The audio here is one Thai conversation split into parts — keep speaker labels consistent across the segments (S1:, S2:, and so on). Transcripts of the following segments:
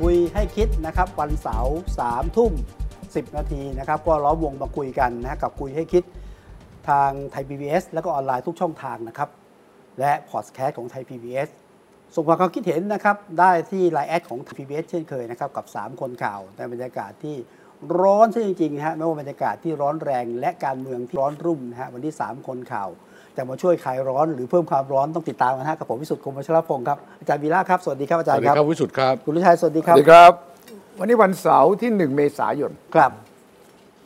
S1: คุยให้คิดนะครับ วันเสาร์สามทุ่มสินาทีนะครับ ก็ล้อมวงมาคุยกันนะฮะกับคุยให้คิดทางไทย PBS แล้วก็ออนไลน์ทุกช่องทางนะครับ และพอดแคสต์ของไทย PBS ส่งความคิดเห็นนะครับ ได้ที่ไลน์แอดของไทย PBS เช่นเคยนะครับ กับ 3 คนข่าวในบรรยากาศที่ร้อนซะจริงๆนะฮะไม่ว่าบรรยากาศที่ร้อนแรงและการเมืองที่ร้อนรุ่มนะฮะวันที่สามคนข่าวจะมาช่วยคลายร้อนหรือเพิ่มความร้อนต้องติดตามกันนะฮะกับผมวิสุทธิ์คมวชรพงศ์ครับอาจารย์วีระครับสวัสดีครับอา
S2: ส
S1: จาร
S2: วัส
S1: ย์
S2: ดี
S1: ครับ
S2: ครับวิสุทธ์ครับ
S1: คุณลุชัยสวัสดี
S3: ส
S1: ครับ
S3: วัสดีครับ วันนี้วันเสาร์ที่ 1 เมษายน
S1: ครับ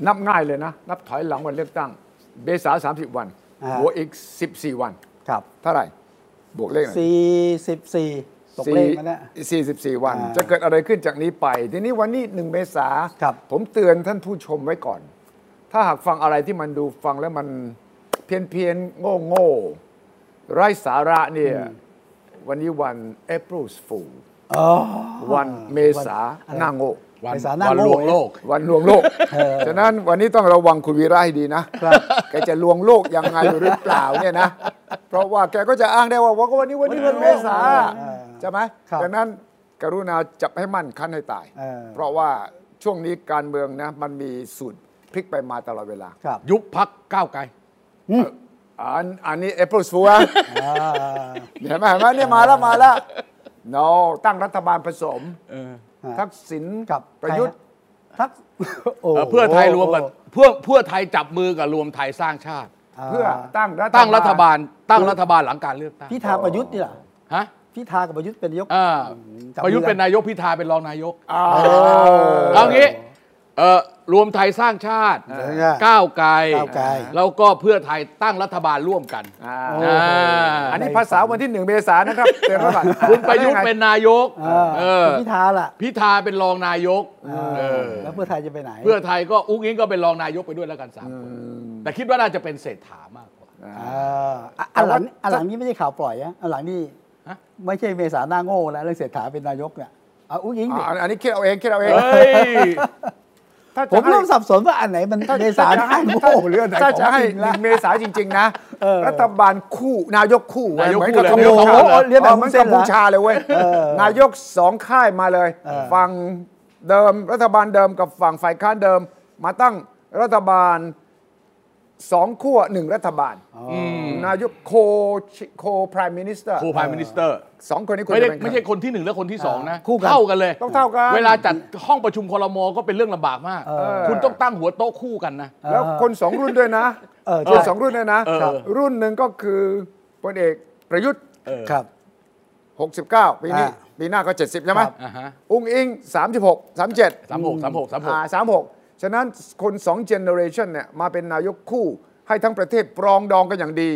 S3: นับง่ายเลยนะ นับถอยหลังวันเลือกตั้ง เมษา30 วัน
S1: อ่าฮะ
S3: บวกอีก 14 วัน
S1: ครับ
S3: เท่าไหร่ บวกเลขหน่อย
S1: สี่สิบสี่ตกเลขมาแล้ว
S3: สี่สิบสี่วัน
S1: อ่า
S3: จะเกิดอะไรขึ้นจากนี้ไป ทีนี้วันนี้ 1 เมษา
S1: ครับ
S3: ผมเตือนท่านผู้ชมไว้ก่อน ถ้าหากฟังอะไรที่มันดูฟังแล้วมันเพี้ยนเพียนโง่โง่ๆไร้สาระเนี่ย วันนี้วัน April's Fool
S1: อ๋อ
S3: วันเมษาหน้าโง่
S2: วัน
S1: ไปสารหน้า
S2: วัน
S1: โลก
S2: ลวงโลก
S3: วันลวงโลก ฉะนั้นวันนี้ต้องระวังคุณวีระให้ดีนะ แกจะลวงโลกยังไงหรือเปล่าเนี่ยนะ เพราะว่าแกก็จะอ้างได้ว่าว่าก็วันนี้วันนี้เดือนเมษา
S1: เออ
S3: ใช่ไหม
S1: ครับ
S3: ดังนั้นกรุณาจับให้มั่นคั้นให้ตาย
S1: เออ
S3: เพราะว่าช่วงนี้การเมืองนะมันมีสูตรพลิกไปมาตลอดเวลา
S1: ครับ
S2: ยุบพักก้าวไกล
S3: อันอันนี้ Apple s f o o l
S1: อ่า
S3: เห็นไหมเห็นไหมเนี่ยมาแล้วมาแล้ว no ตั้งรัฐบาลผสม ทักษิณ
S1: กับ
S3: ประยุทธ์
S1: ใคฮทัก โอ้
S2: เพื่อไทยรวมกับเพื่อเพื่อไทยจับมือกับรวมไทยสร้างชาติ
S1: า
S3: เพื่อตั้งรัฐ
S2: ตั้งรัฐบาล ตั้งรัฐบาลหลังการเลือกตั้ง
S1: พิธาประยุทธ์นี่เหรอ
S2: ฮะ
S1: พิธากับประยุทธ์เป็นนายก
S2: อ่า
S1: จับมือกัน
S2: ประยุทธ์เป็นนายกพิธาเป็นรองนายก
S3: อ่า
S2: เอางี้เอ่อรวมไทยสร้างชาติ
S1: สร้างชาติ
S2: ก้าวไกล
S1: ก้าวไกล
S2: แล้วก็เพื่อไทยตั้งรัฐบาลร่วมกัน
S3: อ่า
S2: อ่า
S3: อันนี้ภาษาวันที่หนึ่งเมษายนนะครับ เตือนไว้ก่อน
S2: คุณประยุทธ์เป็นนายก
S1: อ่า
S2: เออ
S1: คุณพิธาล่ะ
S2: พิธาเป็นรองนายกเออ
S1: แล้วเพื่อไทยจะไปไหน
S2: เพื่อไทยก็อุ้งอิงก็เป็นรองนายกไปด้วยแล้วกันสามคน แต่คิดว่าน่าจะเป็นเศรษฐามากกว่า
S1: อ่าอ่ะอันหลังอันหลังนี่ไม่ใช่ข่าวปล่อยนะอันหลังนี่
S2: ฮะ
S1: ไม่ใช่เมษาหน้าโง่แล้วเรื่องเศรษฐาเป็นนายกเนี่ยเอาอุ้งอิงดิ
S3: อ่าอันนี้คิดเอาเองคิดเอาเอง
S2: เฮ้ย
S3: ถ้าจะ
S1: ผมเริ่ม
S3: ให้
S1: สับสนว่าอันไหนมันเมษาหน้าโง่หรืออันไหน
S3: ถ้า
S1: ข
S3: จะ
S1: อง
S3: ให้
S1: จริง
S3: ห
S1: ละ
S3: นึ่งเมษายนจริง ๆ นะ
S1: เออ
S3: รัฐบาลคู่นายกคู่
S2: นายก
S3: เหมือน
S2: คู่เลย
S3: กับกัมพูชา
S1: โอ้โหเรียกแบบ
S3: เหมือน
S1: เส้
S3: กัน ม
S1: ละ
S3: พูชาเลยเว้ย
S1: เออน
S3: ายกสองค่ายมาเลย
S1: เออ
S3: ฝั่งเดิมรัฐบาลเดิมกับฝั่งฝ่ายค้านเดิม มาตั้งรัฐบาลสองขั้วหนึ่งรัฐบาลนายกโคโคพรายมินิสเตอร์
S2: โคพายมินิสเตอร์
S3: สองคนนี้คุณ
S2: ไม่ได้
S3: จะเป็นใคร
S2: ไม่ใช่คนที่หนึ่งและคนที่สองนะ
S1: คู่กัน
S2: เท่ากันเลย
S3: ต้องเท่ากัน
S2: เวลาจัดห้องประชุมคอรมอก็เป็นเรื่องลำบากมาก คุณต้องตั้งหัวโต๊ะคู่กันนะ
S3: แล้วคนสองรุ่นด้วยนะ
S1: เออใช่
S3: คนสองรุ่นด้วยนะ
S2: เออ
S3: รุ่นหนึ่งก็คือพลเอกประยุทธ์
S1: ครับ
S3: 69 ปีนี้
S1: อ่า
S3: ปีหน้าก็ 70 ใช่ไห
S1: ค
S3: ม
S1: รับ
S2: อ่าฮะ
S3: อุ้งอิง 36 37
S2: สามหกสามหกสามหก
S3: อ่า36 ฉะนั้นคนสองเจเนอเรชันเนี่ยมาเป็นนายกคู่ ให้ทั้งประเทศปรองดองกันอย่างดี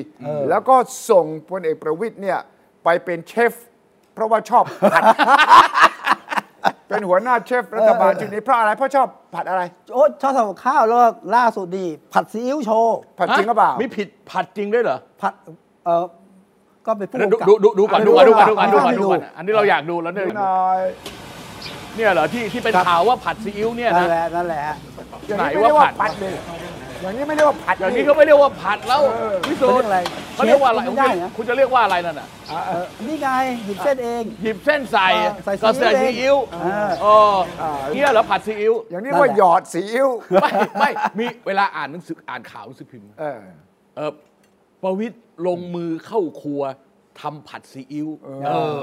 S3: แล้วก็ส่งพลเอกประวิทย์เนี่ยไปเป็นเชฟ เพราะว่าชอบผัด เป็นหัวหน้าเชฟรัฐบาลชุดนี้เพราะอะไรเพราะชอบผัดอะไร
S1: โอ้ชอบทำกับข้าวแล้วล่าสุดดีผัดซีอิ๊วโชว์
S3: ผัดจริงหรือเปล่า
S2: ฮะมีผิดผัดจริงด้วยเหรอ
S1: ผัดเออก็เป็นผู้
S2: ดู
S1: กำกับ
S2: ดูดูดูก่อนดูก่อนดูก่อนดูก่อนดูก่อน
S1: ไม่ดู
S2: ดูก่อนอันนี้เราอยากดูแล้วเนี่ย
S3: นาย
S2: เนี่ยเหรอที่ที่เป็นข่าวว่าผัดซีอิ๊วเนี่ย
S1: นั่
S2: นะ
S1: นแหละนั่นแหละ
S3: อย่างนี้
S2: ไหน
S3: ไม่เรียก
S2: ว่า
S3: ว่า
S2: ผั
S3: ผั
S2: ด
S3: ดเลยอย่างนี้ไม่เรียกว่าผัด
S2: อย่างนี้ก็ไม่เรียกว่าผัดแล้วพิ
S1: เป็
S2: สู
S1: น
S2: จ
S1: เรื่อง
S2: น์
S1: อะไร
S2: เขาเรียกว่าอะไร
S1: ชฟม่ได้นะ
S2: คุณจะเรียกว่าอะไรนั่นน่ะ
S1: เออนี่ไงหยิบเส้นเอง
S2: หยิบเส้นใส่
S1: เออใส่
S2: ก็ใส่
S1: ซี
S2: ซี
S1: อิ๊
S2: อิ๊
S1: ว
S2: ว
S1: เองอ่า
S2: เออเนี่ยเหรอผัดซีอิ๊ว
S3: อย่างนี้เรียกว่าหยอดสีอิ้ว
S2: ไม่ไม่มีเวลาอ่านหนังสืออ่านข่าวหนังสือพิมพ์
S3: เออ
S2: เออประวิตรลงมือเข้าครัวทำผัดซีอิ๊วเออ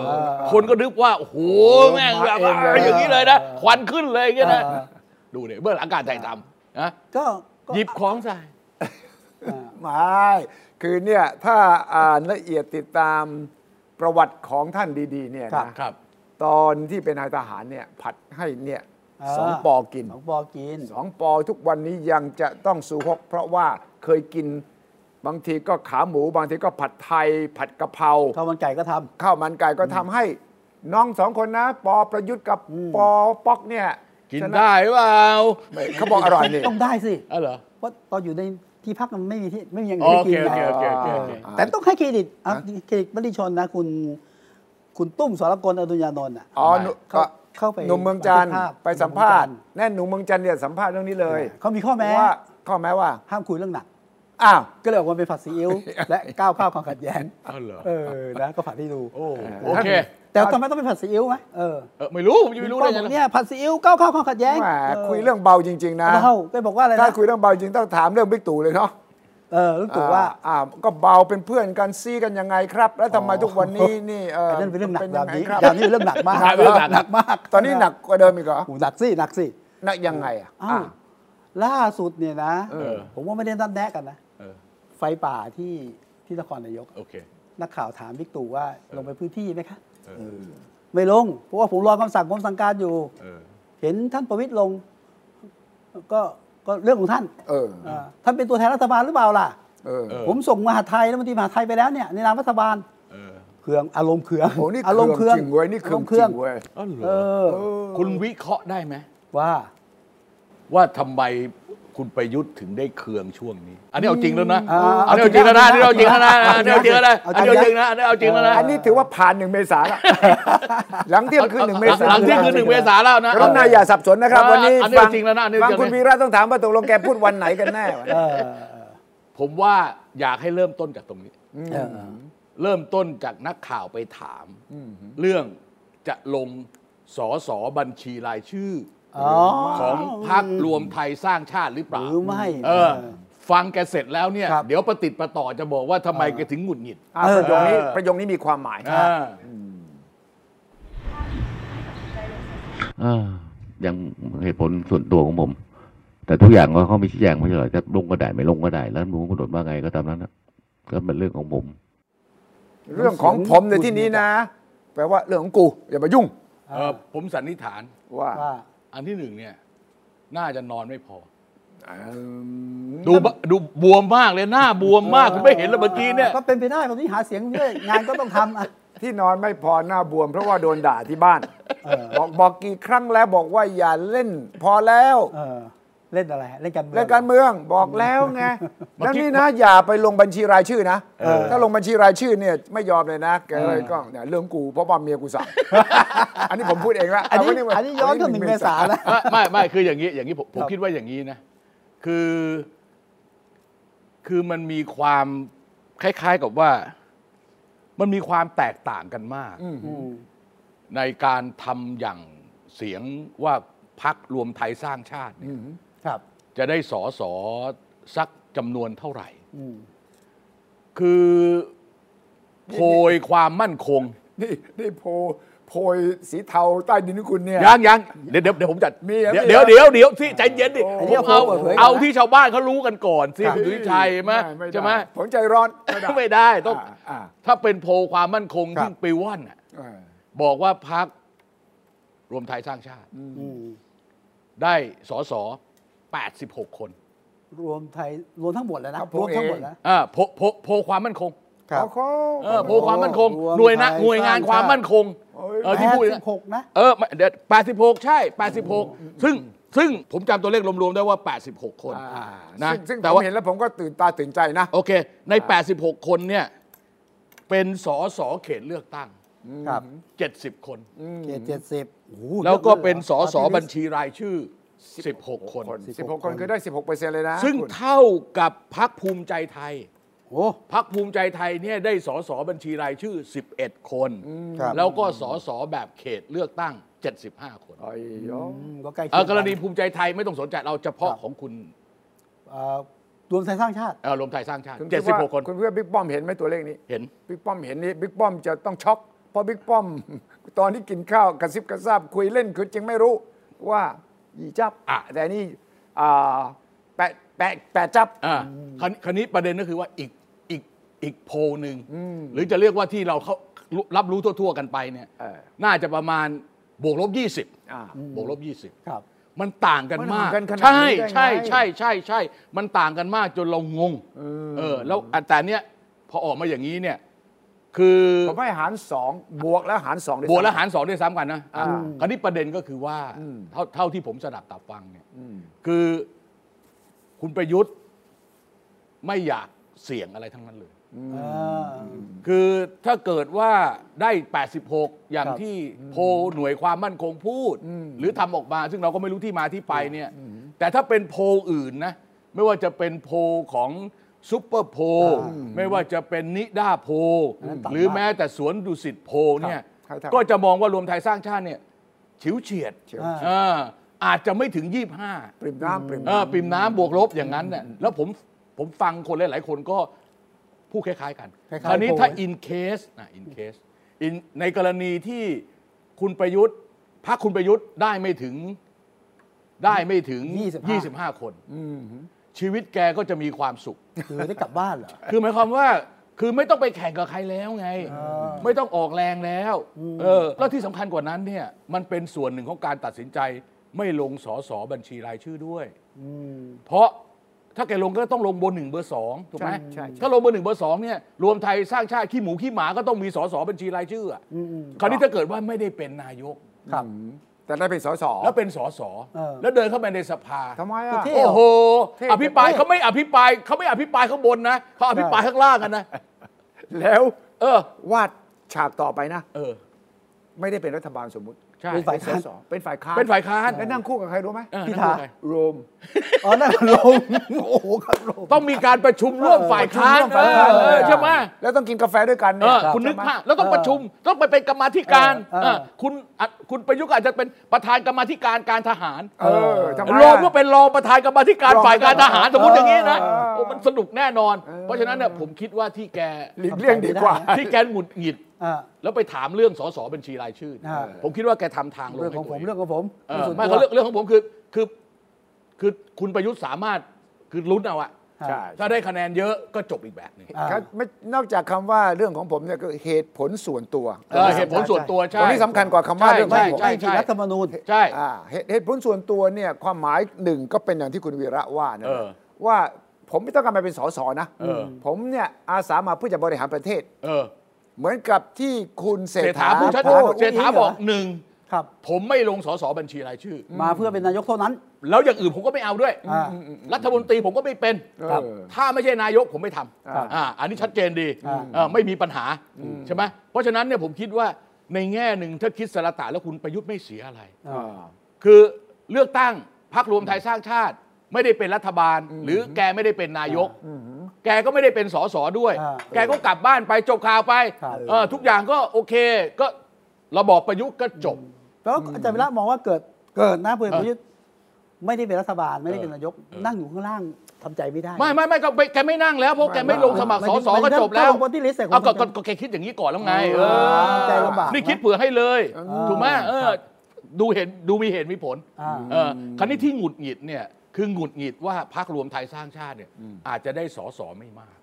S2: คนก็นึกว่า โอ้โห แม่งแบบว่า
S3: มาเองเลย
S2: อย่างนี้เลยนะ ควันขึ้นเลยอย่างเงี้ยนะ
S1: เออ
S2: ดูเนี่ยเบื้องหลังการถ่ายทำนะ
S1: ก็ก็
S2: หยิบของใส่
S3: ไม่คือเนี่ยถ้าอ่านละเอียดติดตามประวัติของท่านดีๆเนี่ยนะครับ ตอนที่เป็นนายทหารเนี่ยผัดให้เนี่ยสองปอกิน
S1: สองปอกิน
S3: สองปอทุกวันนี้ยังจะต้องสูฮกเพราะว่าเคยกินบางทีก็ขาหมู บางทีก็ผัดไทย ผัดกะเพรา
S1: ข้าวมันไก่ก็ทำ
S3: ข้าวมันไก่ก็ทำให้ น้องสองคนนะ ปอประยุทธ์กับปอป๊อกเนี่ย
S2: กิน
S3: ชะ
S2: ได้เปล่า
S3: ไม่เขาบอกอร่อยนี่
S1: ต้องได้สิ
S2: อ๋อเหรอ
S1: เพราะตอนอยู่ในที่พักมันไม่มีที่ไม่มีอย่าง
S2: โอ
S1: อื่นให้
S2: เค
S1: กิน
S2: โอ
S1: นะ
S2: เคโอเคโอเคโอเค
S3: อ่า
S1: แต่ต้องให้เครดิตอ่ะเครดิตบริชนนะคุณ คุณตุ้มสรกลอดุญญานนท์อ่ะ
S3: อ๋อหนู
S1: เข้าเข้าไป
S3: หนุ่มเมืองจันทร์
S1: บันทึกภาพ
S3: ไปสัมภา
S1: ห
S3: ษ
S1: นุ่
S3: ณ์
S1: มเมืองจันทร์
S3: แน่นหนุ่มเมืองจันทร์เนี่ยสัมภาษณ์เรื่องนี้เลย
S1: เขามีข้อแม้
S3: ว่าข้อแม้ว่า
S1: ห้ามคุยเรื่องหนัก
S3: อ้าว
S1: ก็เลยออกมาเป็นผัดซีอิ๊ว และก้าวข้าวความขัดแย้ง
S2: อ๋อเหรอ
S1: เออนะก็ผัดให้ดู
S2: โอ้โอเค
S1: แต่ทำไมต้องเป็นผัดซีอิ๊วไหมเออ
S2: เออไม่รู้ผมจะไม่รู้ได้
S1: ป้อมบอก
S2: ไง
S1: เนี่ยผัดซีอิ๊วก้าวข้าวความขัดแย้ง
S3: แหม
S1: อ
S3: คุยเรื่องเบาจริง ๆ นะ
S1: เล่าได้บอกว่าอะไร
S3: ถ้า
S1: นะ
S3: คุยเรื่องเบาจริงต้องถามเรื่องบิ๊กตู่เลยเนาะ
S1: เออลุงตู่ว่า
S3: อ่อ่ก็เบาเป็นเพื่อนกันซีกันยังไงครับ แล้วทำไมทุกวันนี้นี่เออ
S1: ไอ้นั่นเป็นเรื่องหนัก
S3: ป็
S1: แบ
S3: ยั
S1: บ
S3: ไง
S1: นี้
S3: ครับ
S1: แบบนี้เป็นเรื่องหนักมาก
S2: หาเรื่องหนัก
S1: หนักมาก
S3: ตอนนี้หนักกว่าเดิมอีกเหรอ
S1: โอ้หนักสิหนักสิ
S3: หนักยังไงอ่ะ
S1: อ้าวล่าสุดเนี่ยนะ
S2: เออ
S1: ผมว่าไม่ได้นัดแนะกันนะ
S2: เออ
S1: ไฟป่าที่ที่นครนายก
S2: โอเค
S1: นักข่าวถามบิ๊กตู่ว่าลงไปพื้นที่ไหมคะ
S2: เออ
S1: เออไม่ลง เพราะว่าผมรอคำสั่งกรมสั่งการอยู่
S2: เออ
S1: เห็นท่านประวิตยลง ก็ก็เรื่องของท่าน
S3: เออ
S1: อ่าท่านเป็นตัวแทนรัฐบาลหรือเปล่าล่ะ
S3: เออ
S2: เออ
S1: ผมส่งมหาดไทยแล้วมันตรีมหาดไทยไปแล้วเนี่ยในนามรัฐบาล
S2: เออ
S1: เคืองอารมณ์เคือง
S3: โหนี่
S1: อารมณ์เคื
S3: เคือ
S1: อง ง
S3: จริงเว้ยนี่เคือ
S1: าร
S3: ง
S1: มณ์
S3: จริงเว้ย
S2: อ๋อเหร
S1: เอ
S2: อ
S1: อ
S3: เออ
S2: คุณวิเคราะห์ได้ไหม
S1: ว่า
S2: ว่าทำไมคุณประยุทธ์ถึงได้เคืองช่วงนี้ อันนี้เอาจริงแล้วนะ
S1: อ่า
S2: อันนี้เอาจริงแล้วนะอันนี้เอาจริงแล้วนะอันนี้เอาจริงแล้วนะ
S1: เอาจริงนะ
S2: อันนี้เอาจริงนะอันนี้เอาจริงแล้วนะ
S3: อันนี้ถือว่าผ่านหนึ่งเมษา แล้ว หลังเที่ยงคืนหนึ่งเมษา
S2: หลังเที่ยงคืนหนึ่งเมษาแล้วนะ
S3: กรุณาอย่าสับสนนะครับ
S2: เออ
S3: วันนี้
S2: อันนี้
S3: ฟัง
S2: จริงแล้วนะอันนี้
S3: ฟัง
S2: จริง
S3: คุณวีระต้องถามว่าตกลงแกพูดวันไหนกันแน่ วะ
S1: เออ
S2: ผมว่าอยากให้เริ่มต้นจากตรงนี้
S1: เออ
S2: เริ่มต้นจากนักข่าวไปถาม เรื่องจะลงสอสอบัญชีรายชื่อ
S1: อ๋อ
S2: ของพรรครวมไทยสร้างชาติหรือเป
S1: ห
S2: ล่า
S1: รือไม่
S2: เออ ฟังแกเสร็จแล้วเนี่ย
S1: ครับ
S2: เดี๋ยวประติดประต่อจะบอกว่าทำไมแกถึงหงุดหงิด
S3: อ่ะ
S1: เออ
S3: ประโยคนี้ประโยคนี้มีความหมาย
S2: อ่า
S4: เออยังเหตุผลส่วนตัวของผม แต่ทุกอย่างก็เขามีชี้แจงไม่ใช่เหรอจะลงก็ได้ไม่ลงก็ได้ แล้วหนูกำหนดว่าไงก็ตามนั้นนะก็เป็นเรื่องของผม
S3: เรื่องของผมในที่นี้นะ แปลว่าเรื่องของกูอย่ามายุ่ง
S2: เออผมสันนิษฐาน
S3: ว่า
S1: ว่า
S2: อันที่หนึ่งเนี่ย น่าจะนอนไม่พอ
S3: เอิ่ม
S2: ดูบดูบวมมากเลยหน้าบวมมากคุณไม่เห็นแล้วเมื่อกี้เนี่ย
S1: ก็เป็นไปได้ตอนนี้หาเสียงด้วยงานก็ต้องทำอ่ะ
S3: ที่นอนไม่พอหน้าบวม เพราะว่าโดนด่าที่บ้านบอกบอกกี่ครั้งแล้วบอกว่าอย่าเล่น พอแล้ว
S1: เออ เล่นอะไรฮะเล่นการเมือง
S3: เรื่องการเมืองบอกแล้วไง
S2: เมื่อ
S3: แล้ว
S2: กี้
S3: นี่นะอย่าไปลงบัญชีรายชื่อนะถ้าลงบัญชีรายชื่อเนี่ยไม่ยอมเลยนะแกเลยก็เนี่ยเรื่องกูเพราะว่าเมียกูสั่ง อันนี้ผมพูดเองละ
S1: อันนี้
S3: เาไว้
S1: อันนี้ย้อนเข้าหนึ่งเมษาแล้ว
S2: ไม่ไม่ไม่คืออย่างนี้ อย่างนี้ผมผมคิดว่าอย่างนี้นะ คือ คือมันมีความคล้าย ๆกับว่า มันมีความแตกต่างกันมาก ในการทำอย่างเสียงว่าพักรวมไทยสร้างชาติเนี่ย
S1: ครับ
S2: จะได้สอสอสักจำนวนเท่าไหร่
S1: อืม
S2: คือโพยความมั่นคง
S3: นี่นี่โพโพยสีเทาใต้ดินของคุณเนี่ย
S2: ยังยังเดี๋ยวเดี๋ยวเดี๋ยวผมจัด
S3: มีเหรอ
S2: เดี๋ยว
S3: มี
S2: เดี๋ยวเดี๋
S3: เหรอ
S2: ยวเดี๋ยวที่ใจเย็นดิ
S3: โอ้
S2: ผม
S3: โห
S2: เอา
S1: เปิดเผยก่อนนะ
S2: เอาที่ชาวบ้านเขารู้กันก่อนสิคุณสุทธิชัยใช่ไหม
S3: ไม่ด้
S2: ใช่ไหม
S3: ผมใจร้อนไม่ได้
S2: ไม่ได้ต้อง
S3: อ่าอ่า
S2: ถ้าเป็นโพลความมั่นคง
S3: ครับ
S2: ที่ไปว่อนน่ะ
S3: เออ
S2: บอกว่าพักรวมไทยสร้างชาติ
S1: อืม
S2: ได้สอสอ86 คน
S1: รวมไทยรวมทั้งหมดแล้วนะรวมทั้งหมดนะ
S2: อ่าโพโพโพลความมั่นคง
S3: โอ้โห
S2: เออโพลความมั่นคง
S1: รวม
S2: หน่วยนะ
S1: ไทย
S2: หน่วยงาน
S1: สร้าง
S2: ความ
S1: ชาติ
S2: มั่นคง
S3: โอ้ย
S2: เออ ที่พูดนะ
S1: สิบหกนะ
S2: เออไม่เดี๋ยว86 ใช่ 86 ซึ่งซึ่งผมจำตัวเลขรวมๆได้ว่า 86 คน
S3: อ่า
S2: นะ
S3: ซึ่งซึ่ง
S2: แต่
S3: ผม
S2: ว่า
S3: เห็นแล้วผมก็ตื่นตาตื่นใจนะ
S2: โอเค ใน 86 คนเนี่ย เป็นสอสอเขตเลือกตั้ง
S1: ครับ
S2: 70 คน
S1: เขตเจ็ดสิบโอ้โห
S2: แล้วก็
S1: ยอะยหร
S2: เป็นสอสอ
S1: ปาร์ตี้
S2: บั
S1: ลิส
S2: ญ
S1: ต์
S2: ชีรายชื่อ 16 คน
S3: 16 คนคือได้ 16เปอร์เซ็นต์เลยนะ
S2: ซึ่ง
S3: คุณ
S2: เท่ากับพักภูมิใจไทย
S1: โอ้
S2: พักภูมิใจไทยเนี่ยได้สอสอบัญชีรายชื่อ 11 คน
S1: ครับ
S2: แล้วก็สอสอแบบเขตเลือกตั้ง 75 คน
S3: ไอ้ยอ
S1: อืมก็ใกล้เคีย
S2: เอ่อง กรณีภูมิใจไทยไม่ต้องสนใจเราเฉพาะของคุณ
S1: เอ่อรวมไทยสร้างชาติ
S2: เอ่อรวมไทยสร้างชาติ
S3: คุณคิดว่า
S2: 76 คน
S3: คุณเพื่อบิ๊กป้อมเห็นไหมตัวเลขนี้
S2: เห็น
S3: บิ๊กป้อมเห็นนี่บิ๊กป้อมจะต้องช็อกเพราะบิ๊กป้อม ตอนที่กินข้าวกระซิบกระซาบคุยเล่นคือจึงไม่รู้ว่าอีจับ
S2: อ่ะ
S3: แต่นี่อ่าแปะแปะแปะจับ
S2: อ่าคราวนี้คราวนี้ประเด็นก็คือว่าอีกอีกอีกโพลหนึ่งหรือจะเรียกว่าที่เราเขารับรู้ทั่ว ๆ กันไปเนี่ย
S3: เออ
S2: น่าจะประมาณบวกลบ 20 บ
S3: อ่า
S2: วกลบ 20
S1: ครับ
S2: มันต่างกัน
S3: มัน
S2: มาก
S3: ห่างกันขนาด
S2: ใช่
S3: นี้ได้ไง
S2: ใช่ใช่ใช่ใช่มันต่างกันมากจนเรางงเออแล้วแต่เนี้ยพอออกมาอย่างนี้เนี่ย คือ
S3: ผมให้หารสองบวกแล้วหารสองด้วย
S2: บวกและ
S3: ซ้ำ
S2: หารสองด้วยซ้ำกันนะ
S3: อ่า
S2: คราวนี้ประเด็นก็คือว่า
S3: อืม
S2: เท่าเท่าที่ผมสดับตับฟังเนี่ย
S3: อืม
S2: คือคุณประยุทธ์ไม่อยากเสี่ยงอะไรทั้งนั้นเลย
S1: อ่า
S2: คือถ้าเกิดว่าได้ 86 อย่าง
S1: ครับ
S2: ที่โพลหน่วยความมั่นคงพูด หรือทำออกมา ซึ่งเราก็ไม่รู้ที่มาที่ไปเนี่ย แต่ถ้าเป็นโพลอื่นนะ ไม่ว่าจะเป็นโพลของซุปเปอร์โพล
S1: อ่า
S2: ไม่ว่าจะเป็นนิด้าโพล
S1: อันนั้นต่ำมาก
S2: หรือแม้แต่สวนดุสิตโพลเนี่ย
S3: ครับครับ
S2: ก็จะมองว่ารวมไทยสร้างชาติเนี่ยฉิวเฉียด
S3: เฉียว
S1: อ่า
S2: เอออาจจะไม่ถึง 25
S3: ปริมน้ำปริม
S2: เออ
S3: น้ำ
S2: ปิ่มน้ำบวกลบอย่างนั้นเนี่ยแล้วผมผมฟังคนหลาย ๆ คนก็พูดคล้าย ๆ กัน
S1: คล้ายๆ
S2: คราวนี้
S1: โพล
S2: ถ้า in case นะ in case in ในกรณีที่คุณประยุทธ์พรรคคุณประยุทธ์ได้ไม่ถึงได้ไม่ถึง
S1: 25
S2: 25 คนชีวิตแกก็จะมีความสุข
S1: คือได้กลับบ้านเหรอ
S2: คือหมายความว่าคือไม่ต้องไปแข่งกับใครแล้วไง
S1: อ่า
S2: ไม่ต้องออกแรงแล้วเออแล้วที่สำคัญกว่านั้นเนี่ยมันเป็นส่วนหนึ่งของการตัดสินใจ ไม่ลงสอสอบัญชีรายชื่อด้วย
S1: อืม
S2: เพราะถ้าแกลงก็ต้องลงเบอร์หนึ่งเบอร์สองถูกไหม
S3: ใช่ใช่ใช่
S2: ถ้าลงเบอร์หนึ่งเบอร์สองเนี่ยรวมไทยสร้างชาติขี้หมูขี้หมาก็ต้องมีสอสอบัญชีรายชื่ออะ
S1: อืมอืม
S2: คราวนี้ถ้าเกิดว่าไม่ได้เป็นนายก
S1: ครับ
S3: แต่ได้เป็นสส
S2: แล้วเป็นสอสอ
S1: เออ
S2: แล้วเดินเข้าไปในสภา
S3: ทำไม
S1: ประ
S3: อ่ะ
S1: เทศ
S2: โอ้โห
S3: เท่จัง
S2: อภิปรายเขาไม่อภิปรายเขาไม่อภิปรายข้างบนนะเขาอภิปรายข้างล่างกันนะ
S3: แล้ว
S2: เออ
S3: วาดฉากต่อไปนะ
S2: เออ
S3: ไม่ได้เป็นรัฐบาลสมมุติ
S2: ใช่
S1: เป็นฝ่ายค้าน
S3: สสเป็นฝ่ายค้าน
S2: เป็นฝ่ายค้าน
S3: แล้วนั่งคู่กับใครรู้ไหม
S2: เออ
S1: พิ
S2: นั่ง
S1: ธา
S2: พูดไป
S3: โรม
S1: อ๋อนั่นลง โอ้โหครับลง
S2: ต้องมีการประชุมร่วมฝ่ายค้าน
S1: ประชุมร่วมฝ่ายค้านเอ
S2: เออเออ
S1: อ
S2: ใช่ไหม
S3: แล้วต้องกินกาแฟด้วยกัน
S2: เอ
S3: เนี่ย
S2: อคุณนึกภาพแล้วต้องประชุมต้องไปเป็นกรรมาธิการ
S1: เออเออ
S2: เออคุณอาจคุณประยุทธ์ก็อาจจะเป็นประธานกรรมาธิการการทหาร
S3: เออทำไม
S2: รอง
S3: อ่ะ
S2: ก็เป็นรองประธานกรรมาธิการ
S3: รอง
S2: ฝ่ายการทหารสมมติอย่างนี้นะ
S3: เออ
S2: โอ้มันสนุกแน่นอน เพราะฉะนั้นเนี่ยผมคิดว่าที่แก
S3: หลีกเลี่ยงดีกว่า
S2: ที่แกหงุดหงิด
S1: อ่า
S2: แล้วไปถามเรื่องสสบัญชีรายชื่อ
S1: อ่า
S2: ผมคิดว่าแกทำทางลง
S1: เรื่อง
S2: ให้
S1: ของผ
S2: ตั
S1: ม
S2: วเอง
S1: เรื่องของผม
S2: เออ
S1: ส่วน
S2: ไม่
S1: ตั
S2: เขา
S1: ว
S2: เรื่องเรื่องของผมคือคือคือคุณประยุทธ์สามารถคือลุ้นเอาอะ
S1: ใช่
S2: ถ้าได้คะแนนเยอะก็จบอีกแบบหนึง
S1: อ่า
S3: ครับไม่นอกจากคำว่าเรื่องของผมเนี่ยก็เหตุผลส่วนตัว
S2: เออเหตุผลส่วนตัวใช่
S3: ตรงนี้สำคัญกว่าคำว่าเรื่องข
S1: ไม่
S3: องผม
S2: ใช่
S1: ไม่ผิดรัฐธรรมนูญ
S2: ใช่
S3: อ่าเหตุเหตุผลส่วนตัวเนี่ยความหมายหนึ่งก็เป็นอย่างที่คุณวีระว่านะ
S2: เออ
S3: ว่าผมไม่ต้องการมาเป็นสสนะ
S2: เออ
S3: ผมเนี่ยอาสามาเพื่อจะบริหารประเทศ
S2: เออ
S3: เหมือนกับที่คุณเศร
S2: เศร
S3: ษ
S2: ษฐา
S3: ฐา
S2: พูดชัด
S1: พูด
S2: เจน
S1: อุ๊ย
S2: เศรษฐา
S1: เหรอ
S2: บอกหนึ่ง
S1: ครับ
S2: ผมไม่ลงสสบัญชีรายชื่ออ
S1: มาเพื่อเป็นนายกเท่านั้น
S2: แล้วอย่างอื่นผมก็ไม่เอาด้วย
S1: อ่า
S2: รัฐมนตรีผมก็ไม่เป็น
S1: ครับ
S3: เออ
S2: ถ้าไม่ใช่นายกผมไม่ท
S1: ครับ
S2: ำอ่าอันนี้ชัดเจนดี
S1: อ่า
S2: เออไม่มีปัญหาใช่ไหมเพราะฉะนั้นเนี่ยผมคิดว่าในแง่หนึ่งถ้าคิดสระตะแล้วคุณประยุทธ์ไม่เสียอะไร
S1: อ่า
S2: คือเลือกตั้งพรรครวมไทยสร้างชาติ ไม่ได้เป็นรัฐบาล หรือแกไม่ได้เป็นนายก แกก็ไม่ได้เป็นสสด้วย
S1: อ่า
S2: แกก็กลับบ้านไปจบข่าวไป
S1: ครับ
S2: เออทุกอย่างก็โอเค ก็ระบอบประยุทธ์ก็จบ
S1: แล้วอาจารย์วิระมองว่าเกิดเกิดนะเพื่อนประยุทธ์ไม่ได้เป็นรัฐบาลไม่ได้เป็นนายก นั่งอยู่ข้างล่างทำใจไม่ได้
S2: ไม่ไม่ไม่ก็ไม่แกไม่นั่งแล้วเพราะแก
S3: ไม่
S2: ไม่ลงสมัคร
S1: ไม่
S2: สอสอ
S1: ไม่
S2: ก็จบแล้ว
S1: ไม่ได้ลง party list แต่ของ
S2: เอาก็
S1: ผม
S2: ก็ก็แกคิดอย่างนี้ก่อนแล้วไง
S1: เอ
S2: เอ
S1: อ
S2: อ
S1: ใจลำบาก
S2: นี่
S1: นะ
S2: คิดเผื่อให้เลย
S1: เออ
S2: ถูกไหมเอ
S1: ครั
S2: อบ ดูเห็นดูมีเหตุมีผล
S1: อ่า
S2: เออคราวนี้ที่หงุดหงิดเนี่ยคือหงุดหงิดว่าพรรครวมไทยสร้างชาติเนี่ยอาจจะได้สอสอไม่มาก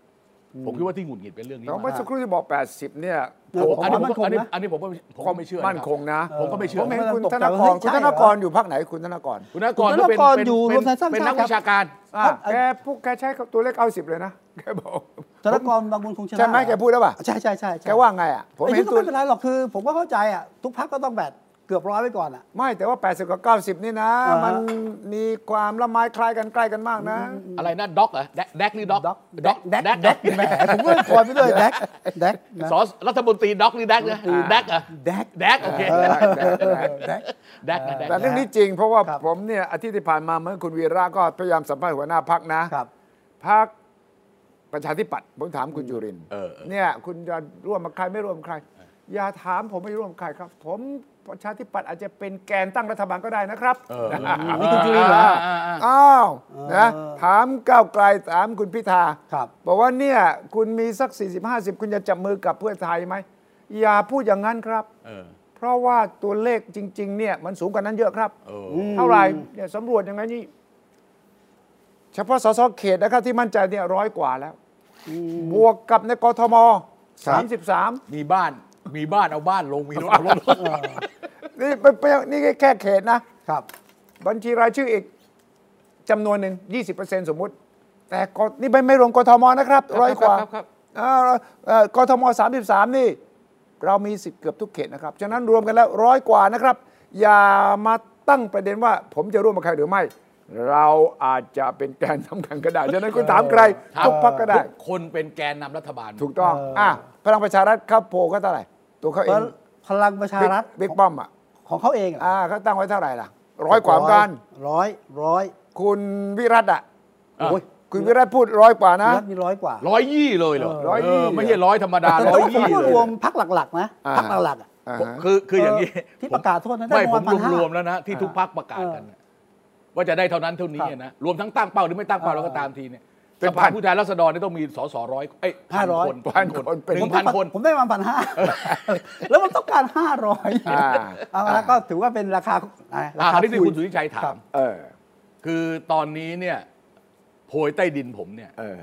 S2: ผมคิดว่าที่หงุดหงิดเป็นเรื่องนี้
S3: แล้วเมื่อ
S2: มาก
S3: สักครู่ที่บอก 80 เนี่ย
S1: เรื่องของ
S2: อันนี้ผม
S1: ความมั่นคง
S2: อันนี้
S1: นะ
S2: อันนี้ผมก็ผมก็ไม่เชื่อะ
S3: มั่นคงนะ
S2: ผมก็ไม่เชื่
S3: ผ
S2: อ
S3: มเห็น
S1: ออ
S3: คุณ
S1: ตก
S3: ธ
S1: ใจ
S3: นกร
S1: ว่าเฮ้ย
S3: คุณ
S1: ใช่
S3: ธ
S1: เหร
S3: น
S1: อก
S3: รอยู่พักไหนคุณธนกร
S2: คุณนกร
S1: คุณ
S2: ก็เป็น
S1: ธนกร
S2: เป็น
S1: อยู่ร
S2: เป็น
S1: วมไทยสร้างชาติ
S2: เป็นนัก
S1: ครับ
S2: วิชาการ
S3: อ่ะ
S1: ครับ
S3: แกพวกแกใช้ตัวเลขเอาสิบเลยนะแกบอก
S1: ธนกรบางบุญคงชนะ
S3: ใช่ไหมแกพูดแล้วป่ะ
S1: ใช่ใช่ใช่ใช่
S3: แกว่าไงอ่ะผม
S1: ไอ้
S3: เห็
S1: นี่
S3: น
S1: ก็
S3: ตัว
S1: ไม่เป็นไรหรอกคือ ผมก็เข้าใจอ่ะทุกพักก็ต้องแบบเกือบร้อยไว้ก่อนอ่ะ
S3: ไม่แต่ว่า 80 กับ 90 นี่นะ
S1: อ่าฮะ
S3: มันมีความละไม้คล้ายกันใกล้กันมากนะ
S2: อะไรนะด็อกเหรอแดกแดกหรือด็อก
S1: แดกแดกแดกแหมผมก็คอยไปเลยแดกแดกนะ
S2: สอรัฐมนตรีด็อกหรือแดกนะแดกเหรอ
S1: แดก
S2: แดกโอเคแดกนะแดก
S3: แต่เรื่องนี้จริงเพราะว่า
S1: ครับ
S3: ผมเนี่ยอาทิตย์ที่ผ่านมาเมื่อคุณวีระก็พยายามสัมภาษณ์หัวหน้าพักนะ
S1: ครับ
S3: พักประชาธิปัตย์ผมถามคุณจุรินทร์
S2: เออเออ
S3: เนี่ย คุณจะร่วมกับใครไม่ร่วมกับใคร อย่าถามผมไม่ร่วมกับใครครับ ผมประชาธิปัตย์อาจจะเป็นแกนตั้งรัฐบาลก็ได้นะครับ
S2: เออเออ
S1: นี่คุณจุลินทร์เหรอ
S2: อ่าอ่าอ่า
S3: อ้าวนะ
S1: เออ
S3: ถามก้าวไกลถามคุณพิธา
S1: ครับ
S3: บอกว่าเนี่ย คุณมีสัก 40 50 คุณจะจับมือกับเพื่อไทยไหม อย่าพูดอย่างนั้นครับ
S2: เออ
S3: เพราะว่าตัวเลขจริง ๆ เนี่ยมันสูงกว่านั้นเยอะครับ
S2: เออ
S3: เท่าไหร่เนี่ยสำรวจอย่างไงนี่ เฉพาะสสเขตนะครับที่มั่นใจเนี่ยร้อยกว่าแล้ว บวกกับในกทม
S1: ครับ
S3: สามสิบสาม
S2: มีบ้านมีบ้านเอาบ้านลงมีรถเอารถลง
S3: นี่เป็นเป็นนี่แค่แค่เขตนะ
S1: ครับ
S3: บัญชีรายชื่ออีกจำนวนหนึ่งยี่สิบเปอร์เซ็นต์สมมุติ แต่กนี่ไม่ไม่รวมกทมนะครับร้อยกว่า
S2: ครับครับ
S3: เอ่อเอ่อกทม 33 นี่ เรามีสิทธิ์เกือบทุกเขตนะครับ ฉะนั้นรวมกันแล้วร้อยกว่านะครับ อย่ามาตั้งประเด็นว่า ผมจะร่วมกับใครหรือไม่ เราอาจจะเป็นแกนสำคัญก็ได้ ฉะนั้นคุณถามใครทุกพักก็ได้
S2: ทุกคนเป็นแกนนำรัฐบาล
S3: ถูกต้อง
S1: เอออ่
S3: อ่ะพลังประชารัฐเข้าโพลก็เท่าไหร่ ตัวเขาเอง
S1: พลังประชารัฐ
S3: บิ๊กบิ๊กป้อมอ่ะ
S1: ของเขาเองเหรอ
S3: อ่าเขาตั้งไว้เท่าไหร่ล่ะร้อยกว่าเหมือนกัน
S1: ร้อยร้อย
S3: คุณวิรัตอ่ะ
S2: อ่ะ
S1: โอ้ย
S3: คุณวิรัตพูดร้อยกว่านะ
S1: รัฐมีร้อยกว่า
S2: ร้อยยี่เลยเหรอ
S3: ร้อยยี่
S2: เไม่ใช่ร้อยธรรมดา
S1: แต่
S2: ร้อย
S1: ว่าผม
S2: ยี่
S1: ก็
S2: เลย
S1: รวมพักหลักๆ นะ
S3: อ่า
S1: พักหลักๆอ่ะ
S3: อ่า
S2: ผม
S3: ฮะ
S2: คือคืออย่างนี้
S1: เออที่ประกาศทั่วนั้นได้
S2: ไม่ผม
S1: ประมาณ
S2: รวม
S1: 1,500
S2: ๆแล้วนะ ที่ทุกพักประกาศกันน่ะว่าจะได้เท่านั้นเท่านี้นะรวมทั้งตั้งเป้าหรือไม่ตั้งเป้า
S1: เออ
S2: เราก็ตามทีเนี่ย
S3: เป็น
S2: ส
S3: พั
S2: ภาน ผู้แทนราษฎรเนี่ยต้องมีสสร้อยเอ้ย
S1: ห้าร้อย
S3: พั
S2: พั
S3: น
S2: น
S3: ค
S2: คน น
S3: เป็น
S2: ห
S1: ผม
S2: นึ่ง
S1: ได้พั
S2: พัน
S1: น
S2: คน
S1: ผมได้มาพัน ห้าแล้วมันต้องการห้าร้อย
S3: อ่า
S1: แล้วก็ถือว่าเป็นราคา
S2: อ่าคราวนี้ที่
S1: ย
S2: คุณสุทธิชัยถา
S1: ครั
S2: ม
S1: บ
S3: เออ
S2: คือตอนนี้เนี่ยโพยใต้ดินผมเนี่ย
S3: เออ